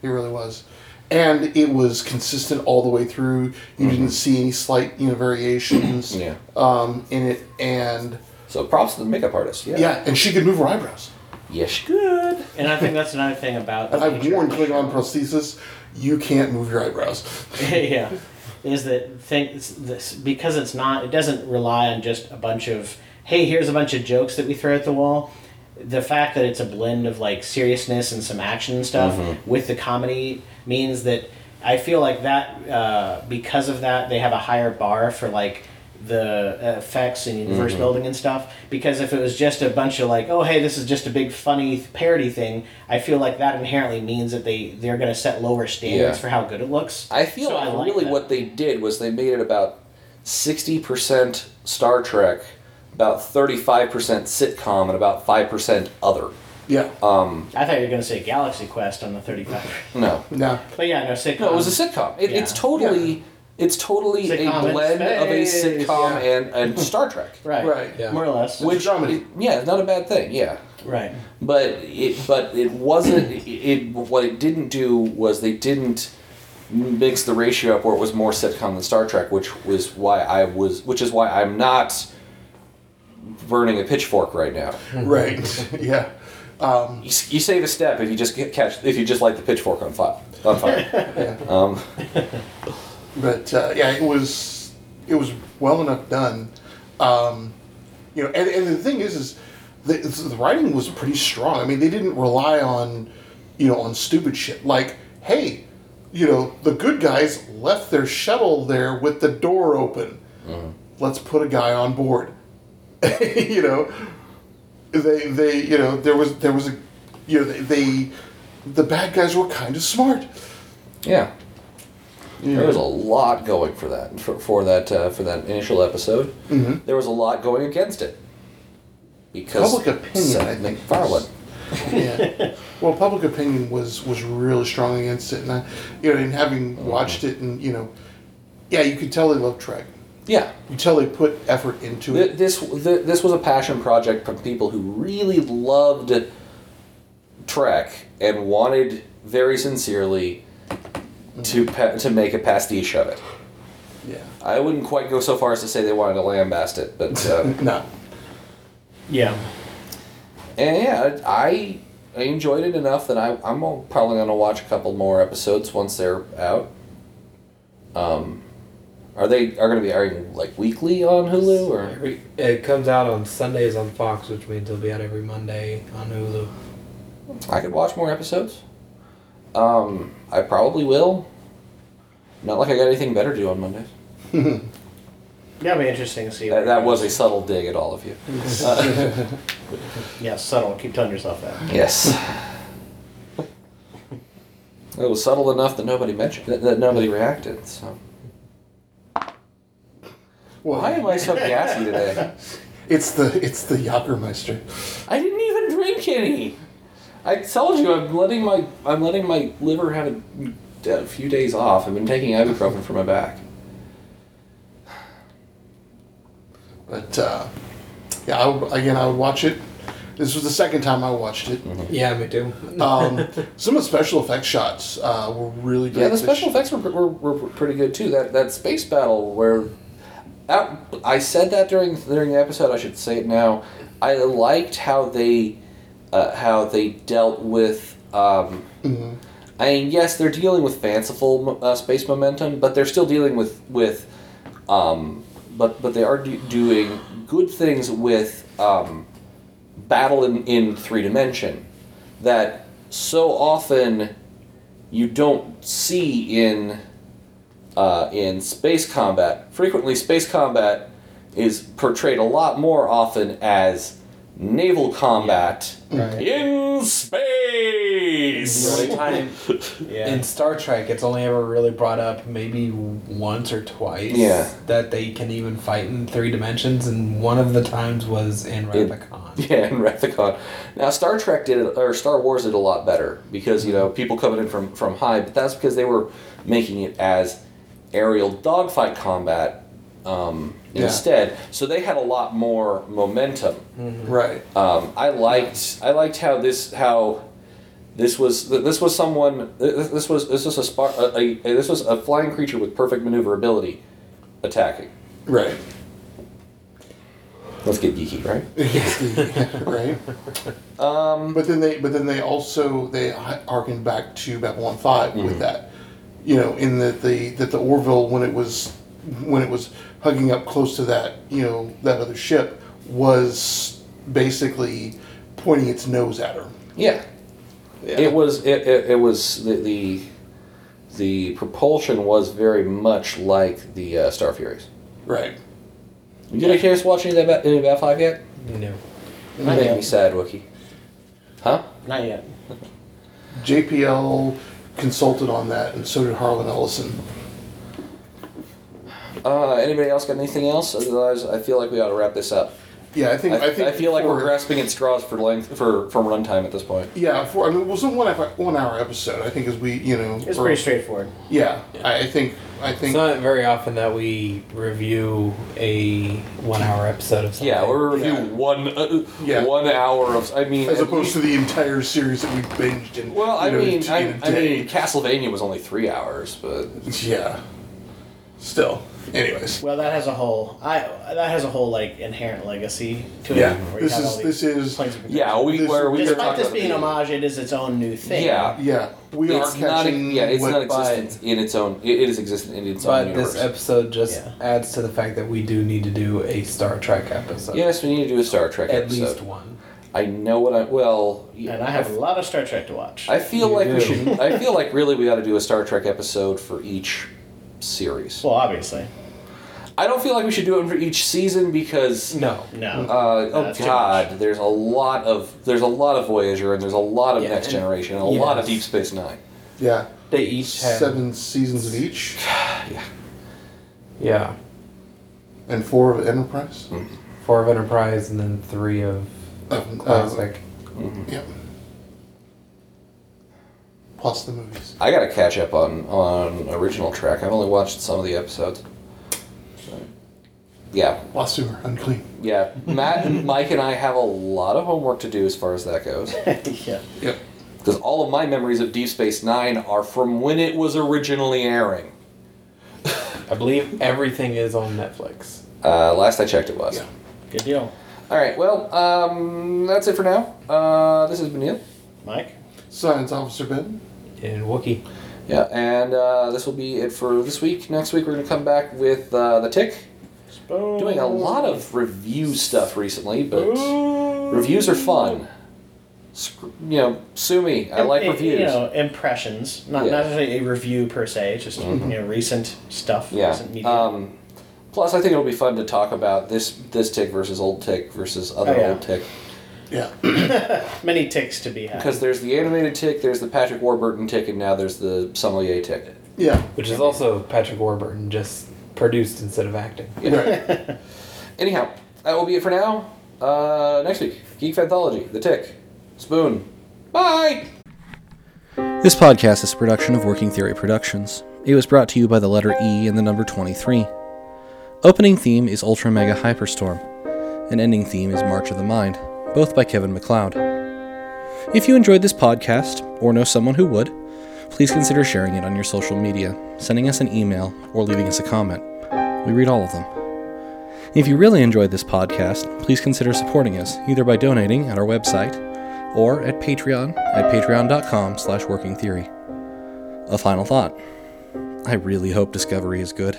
It really was. And it was consistent all the way through. You didn't see any slight, you know, variations Yeah. um, in it. And So props to the makeup artist. Yeah. yeah. and she could move her eyebrows. Yes, good. And I think that's another thing about the And I nature warned of the Klingon show. prosthesis, you can't move your eyebrows. yeah, is that things this because it's not it doesn't rely on just a bunch of hey here's a bunch of jokes that we throw at the wall. The fact that it's a blend of like seriousness and some action and stuff with the comedy means that I feel like that uh, because of that they have a higher bar for like the effects and universe building and stuff because if it was just a bunch of like oh hey this is just a big funny parody thing i feel like that inherently means that they they're going to set lower standards Yeah. for how good it looks I feel so like, I like really that. what they did was they made it about 60% Star Trek, about 35% sitcom, and about 5% other. Yeah. I thought you were going to say Galaxy Quest on the 35. No. no. but yeah, no, sitcom. No, it was a sitcom. It, It's Yeah. totally. It's totally Sitcom a in blend of a space, sitcom yeah. and, and Star Trek. Right. Right. Yeah. More or less. Which, comedy. yeah, not a bad thing, yeah. right. But it, but it wasn't. It, it what it didn't do was they didn't mix the ratio up where it was more sitcom than Star Trek, which was why I was, which is why I'm not burning a pitchfork right now. Right. yeah. You, s- you save a step if you just get catch if you just light the pitchfork on fire. On fire. um, but uh, yeah, it was it was well enough done. Um, you know, and, and the thing is, is the, the writing was pretty strong. I mean, they didn't rely on you know on stupid shit like, hey, you know, the good guys left their shuttle there with the door open. Let's put a guy on board. you know, they they you know there was there was a you know they, they the bad guys were kind of smart. Yeah. There was a lot going for that for, for that uh, for that initial episode. Mm-hmm. There was a lot going against it because Public opinion, Seth I think, MacFarlane. yeah. Well, public opinion was was really strong against it, and I, you know, and Oh, having watched it, and you know, yeah, you could tell they loved Trek. Yeah, You tell they put effort into Th- it. this th- this was a passion project from people who really loved Trek and wanted very sincerely to pa- to make a pastiche of it. Yeah. I wouldn't quite go so far as to say they wanted to lambast it, but uh, No. Yeah. and yeah, I I enjoyed it enough that I I'm all- probably gonna watch a couple more episodes once they're out. Um, are they are gonna be airing like weekly on Hulu or? Every, it comes out on Sundays on Fox, which means it'll be out every Monday on Hulu. I could watch more episodes. Um, I probably will. Not like I got anything better to do on Mondays. That'll be interesting to see. That, that was a subtle dig at all of you. Uh, Yeah, subtle. Keep telling yourself that. yes. It was subtle enough that nobody mentioned that, that nobody reacted. So Well, why am I so gassy today? it's the it's the Jagermeister. I didn't even drink any. I told you I'm letting my I'm letting my liver have a, a few days off. I've been taking ibuprofen for my back. But uh, yeah, I would, again, I would watch it. This was the second time I watched it. Mm-hmm. Mm. Yeah, me too. Um, some of the special effects shots uh, were really good. Yeah, the special effects were, were, were pretty good too. That that space battle where that, I said that during during the episode, I should say it now. I liked how they uh, how they dealt with. Um, Mhm. I mean, yes, they're dealing with fanciful uh, space momentum, but they're still dealing with with. Um, but but they are do- doing good things with um, battle in, in three dimension that so often you don't see in uh, in space combat. Frequently, space combat is portrayed a lot more often as naval combat Right. in space. The only time in Star Trek, it's only ever really brought up maybe once or twice Yeah. that they can even fight in three dimensions, and one of the times was in In- Rathacon. Yeah, in Rathacon. Now Star Trek did it, or Star Wars did a lot better because you know people coming in from from high, but that's because they were making it as aerial dogfight combat um, Yeah. instead. So they had a lot more momentum. right? Um, I liked I liked how this how this was th- this was someone th- th- this was this was a, spot a, a this was a flying creature with perfect maneuverability attacking. Right. Let's get geeky, right? right. Um, but then they, but then they also they harken back to Babylon 5 Mm-hmm. with that, you know, in that the that the Orville when it was when it was hugging up close to that you know that other ship was basically pointing its nose at her. Yeah. Yeah. It was it, it, it was the, the the propulsion was very much like the uh, Star Furies. Right. You get a chance watching that bat, any of that five yet? No. You Not make me yet. sad, Wookie. Huh? Not yet. JPL consulted on that, and so did Harlan Ellison. Uh, anybody else got anything else? Otherwise, I feel like we ought to wrap this up. Yeah, I think I, I, I, think feel like for- we're grasping at straws for length for for runtime at this point. Yeah, for I mean, it was a one hour, one hour episode. I think as we you know It's for- pretty straightforward. Yeah, I, I think I It's think not very often that we review a one-hour episode of something. Yeah, we're review Yeah. one uh, Yeah. one hour of. I mean, as at opposed to the entire series that we binged in. Well, I you know, mean, in a I, I day. mean, Castlevania was only three hours, but yeah. Still, anyways. Well, that has a whole I that has a whole like inherent legacy to Yeah, it. where you this have is all these this is points of Yeah, we This- where we were Despite talking this about being the- an homage, it is its own new thing. Yeah, yeah. We it's are not. catching yeah, it's what not by- existent in its own. It, it is existent in its own But universe. this episode just Yeah. adds to the fact that we do need to do a Star Trek episode. yes, we need to do a Star Trek At episode. least one. I know what I well. yeah, And I have a lot of Star Trek to watch. I feel You like we do. should. I feel like really we ought to do a Star Trek episode for each series. well, obviously, I don't feel like we should do it for each season because No. no. Uh, oh That's too God! There's a lot of there's a lot of Voyager and there's a lot of Yeah, Next and- Generation and a lot of yes. Deep Space Nine. Yeah, They each have. seven seasons of each, Yeah. and four of Enterprise. Hmm. Four of Enterprise and then three of Of- Classic. Yeah. Plus the movies. I gotta catch up on on original track. I've only watched some of the episodes. Yeah, Lasumer, unclean. yeah. Matt and Mike and I have a lot of homework to do as far as that goes. yeah. Yep. Because all of my memories of Deep Space Nine are from when it was originally airing. I believe everything is on Netflix. Uh, last I checked, it was. Yeah. Good deal, All right. Well, um, that's it for now. Uh, this has been Neil. Mike. Science Officer Ben. And Wookiee. Yeah, and uh, this will be it for this week. Next week, we're going to come back with uh, The Tick. Doing a lot of review stuff recently, but reviews are fun. Sc- You know, sue me. I like Im- i- You reviews. know, impressions, Yeah. not Mm-hmm. not necessarily a review per se, just you know, recent stuff. Yeah. Recent media. Um, plus, I think it'll be fun to talk about this this tick versus old tick versus other Oh, yeah. old tick. Yeah. Many ticks to be had. Because there's the animated tick, there's the Patrick Warburton tick, and now there's the sommelier tick. Yeah. Which is also Patrick Warburton, just produced instead of acting. Right. Anyhow, that will be it for now. Uh, next week, Geek Anthology, The Tick, Spoon. Bye! This podcast is a production of Working Theory Productions. It was brought to you by the letter E and the number 23. Opening theme is Ultra Mega Hyperstorm, and ending theme is March of the Mind, both by Kevin McLeod. If you enjoyed this podcast, or know someone who would, please consider sharing it on your social media, sending us an email, or leaving us a comment. We read all of them. If you really enjoyed this podcast, please consider supporting us, either by donating at our website or at Patreon at patreon.com slash working theory. A final thought. I really hope Discovery is good.